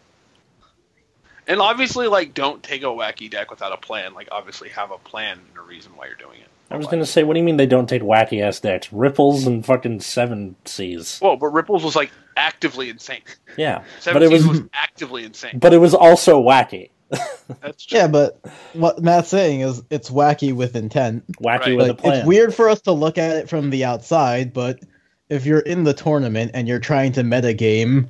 Speaker 2: And obviously, like, don't take a wacky deck without a plan. Like, obviously, have a plan and a reason why you're doing it.
Speaker 1: I was
Speaker 2: Like-
Speaker 1: gonna say, what do you mean they don't take wacky ass decks? Ripples and fucking seven Cs.
Speaker 2: Well, but Ripples was like actively insane.
Speaker 1: Yeah, but it
Speaker 2: Seventeen
Speaker 1: was,
Speaker 2: was, actively insane.
Speaker 1: but it was also wacky,
Speaker 2: That's true.
Speaker 3: Yeah, but what Matt's saying is it's wacky with intent.
Speaker 1: wacky
Speaker 2: Right.
Speaker 1: with
Speaker 3: Like,
Speaker 1: a plan.
Speaker 3: it's weird for us to look at it from the outside, but if you're in the tournament and you're trying to metagame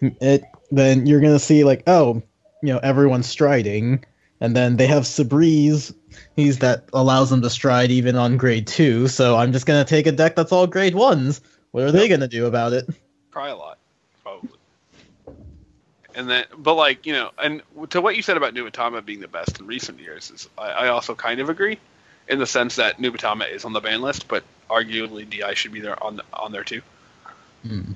Speaker 3: it, then you're gonna see like, oh, you know, everyone's striding, and then they have Sabriz, he's that allows them to stride even on grade two. So I'm just gonna take a deck that's all grade ones. What are they gonna do about it?
Speaker 2: Cry a lot, probably. And then, but like you know, and to what you said about Nubatama being the best in recent years is, I, I also kind of agree, in the sense that Nubatama is on the ban list, but arguably Di should be there on the, on there too.
Speaker 3: Hmm.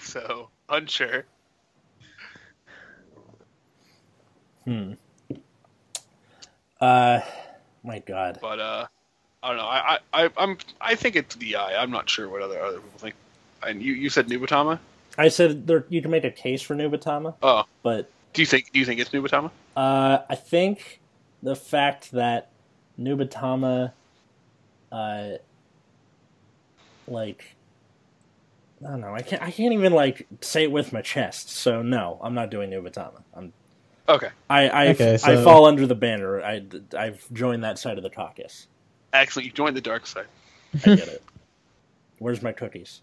Speaker 2: so unsure.
Speaker 1: Hmm. Uh, my God.
Speaker 2: But uh, I don't know. I, I, I I'm I think it's Di. I'm not sure what other other people think. And you, you said Nubatama.
Speaker 1: I said there, you can make a case for Nubatama,
Speaker 2: Oh,
Speaker 1: but
Speaker 2: do you think do you think it's Nubatama?
Speaker 1: uh, I think the fact that Nubatama, uh, like, I don't know. I can't. I can't even like say it with my chest. So no, I'm not doing Nubatama. I'm.
Speaker 2: Okay,
Speaker 1: I I,
Speaker 3: Okay,
Speaker 1: I
Speaker 3: so-
Speaker 1: fall under the banner. I I've joined that side of the caucus.
Speaker 2: excellent. You joined the dark side.
Speaker 1: I get it. Where's my cookies?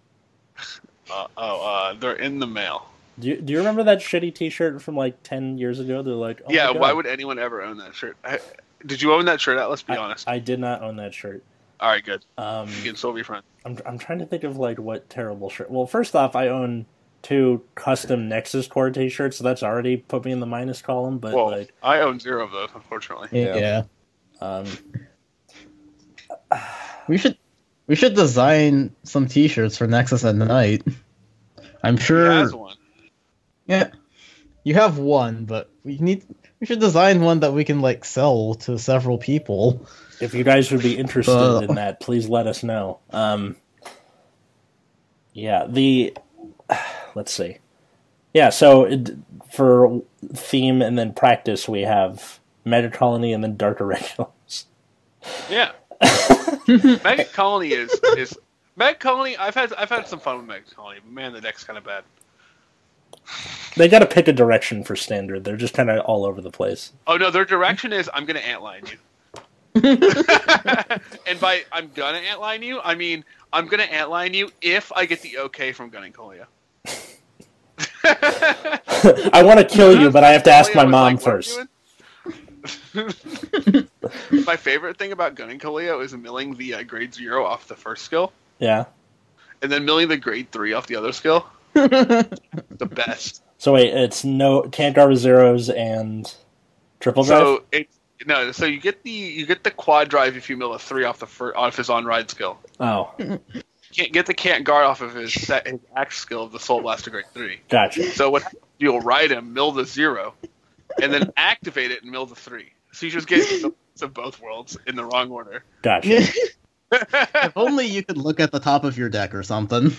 Speaker 2: Uh, oh, uh, they're in the mail.
Speaker 1: Do you, do you remember that shitty T-shirt from like ten years ago? They're like, oh my
Speaker 2: yeah,
Speaker 1: God.
Speaker 2: why would anyone ever own that shirt? I, did you own that shirt? Out? Let's be
Speaker 1: I-
Speaker 2: honest.
Speaker 1: I did not own that shirt.
Speaker 2: All right, good.
Speaker 1: Um,
Speaker 2: You can still be friends.
Speaker 1: I'm I'm trying to think of like what terrible shirt. Well, first off, I own two custom Nexus Core T-shirts, so that's already put me in the minus column. But
Speaker 2: Well,
Speaker 1: like,
Speaker 2: I own zero of those, unfortunately.
Speaker 3: Yeah.
Speaker 4: Yeah.
Speaker 1: um,
Speaker 3: We should we should design some t-shirts for Nexus at night. I'm
Speaker 2: He
Speaker 3: sure
Speaker 2: has one.
Speaker 3: Yeah. You have one, but we need we should design one that we can like sell to several people.
Speaker 1: if you guys would be interested
Speaker 3: Uh.
Speaker 1: in that, please let us know. Um, yeah, the let's see. Yeah, so it, for theme and then practice, we have Meta Colony and then Dark Irregulars.
Speaker 2: Yeah. Mega Colony is is Mega Colony. I've had I've had some fun with Mega Colony, but man, the deck's kind of bad.
Speaker 1: They got to pick a direction for standard. They're just kind of all over the place.
Speaker 2: Oh no, their direction is I'm gonna antline you. and by I'm gonna antline you, I mean I'm gonna antline you if I get the okay from Gunning Colia.
Speaker 1: I want to kill you, but I have to ask my mom first.
Speaker 2: my favorite thing about Gunning Colia is milling the uh, grade zero off the first skill,
Speaker 1: Yeah.
Speaker 2: and then milling the grade three off the other skill. the best.
Speaker 1: So wait, it's no can't garbage zeros and triple drive.
Speaker 2: So it no, so you get the you get the quad drive if you mill a three off the fir- off his on ride skill.
Speaker 1: oh,
Speaker 2: can't get the can't guard off of his set, his axe skill of the soul blaster grade three.
Speaker 1: gotcha.
Speaker 2: So what happens, you'll ride him, mill the zero, and then activate it and mill the three. So you just get the best of both worlds in the wrong order.
Speaker 1: Gotcha.
Speaker 3: if
Speaker 2: yeah,
Speaker 3: only you could look at the top of your deck or something.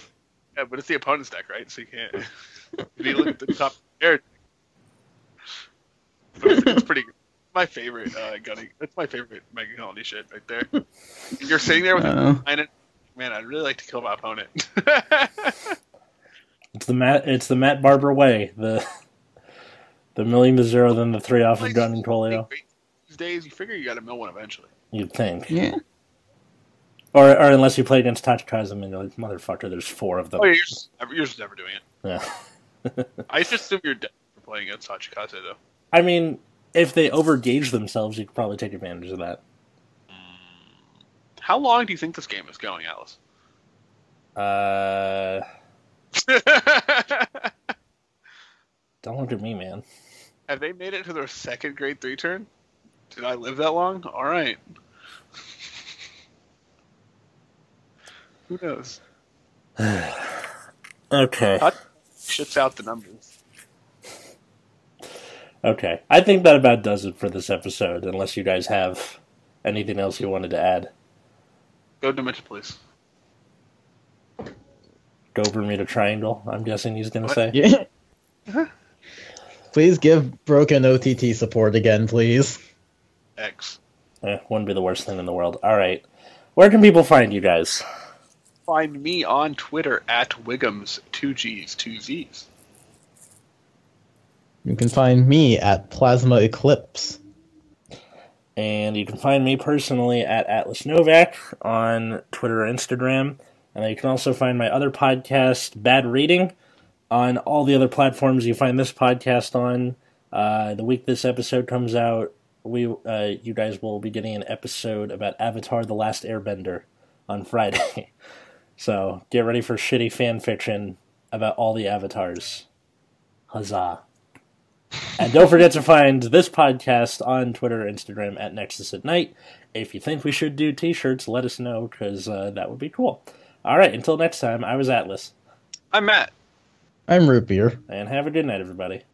Speaker 2: but it's the opponent's deck, right? So you can't. If you look at the top air. But it's, it's pretty. My favorite uh, gunning. That's my favorite mega colony shit right there. You're sitting there with a
Speaker 3: Uh,
Speaker 2: nine and man, I'd really like to kill my opponent.
Speaker 1: It's the Matt. It's the Matt Barber way. The the milling the zero, then the three off of gun and Colio.
Speaker 2: These days, you figure you got to mill one eventually.
Speaker 1: You'd think,
Speaker 3: yeah.
Speaker 1: or or unless you play against Tachikazum and you're like, motherfucker, there's four of them.
Speaker 2: Oh, yeah, you're just, you're just never doing it.
Speaker 1: Yeah.
Speaker 2: I just assume you're dead for playing against Hachikaze, though.
Speaker 1: I mean, if they overgauge themselves, you could probably take advantage of that.
Speaker 2: How long do you think this game is going, Alice?
Speaker 1: Uh, don't look at me, man.
Speaker 2: Have they made it to their second grade three turn? Did I live that long? All right. Who knows?
Speaker 1: Okay.
Speaker 2: Shits out the numbers.
Speaker 1: Okay. I think that about does it for this episode, unless you guys have anything else you wanted to add.
Speaker 2: Go to Dementia, please.
Speaker 1: Go Bermuda Triangle, I'm guessing he's going to
Speaker 2: What?
Speaker 1: say.
Speaker 3: Yeah. please give broken OTT support again, please.
Speaker 2: X.
Speaker 1: Eh, wouldn't be the worst thing in the world. All right. Where can people find you guys?
Speaker 2: Find me on Twitter at Wiggums, two G's, two Z's.
Speaker 3: You can find me at Plasma Eclipse.
Speaker 1: And you can find me personally at Atlas Novak on Twitter or Instagram. And you can also find my other podcast, Bad Reading, on all the other platforms you find this podcast on. Uh, the week this episode comes out, we uh, you guys will be getting an episode about Avatar: The Last Airbender on Friday. So get ready for shitty fan fiction about all the avatars. Huzzah. And don't forget to find this podcast on Twitter or Instagram at Nexus at Night. If you think we should do t shirts, let us know because uh, that would be cool. All right, until next time, I was Atlas.
Speaker 2: I'm Matt.
Speaker 3: I'm root beer.
Speaker 1: And have a good night, everybody.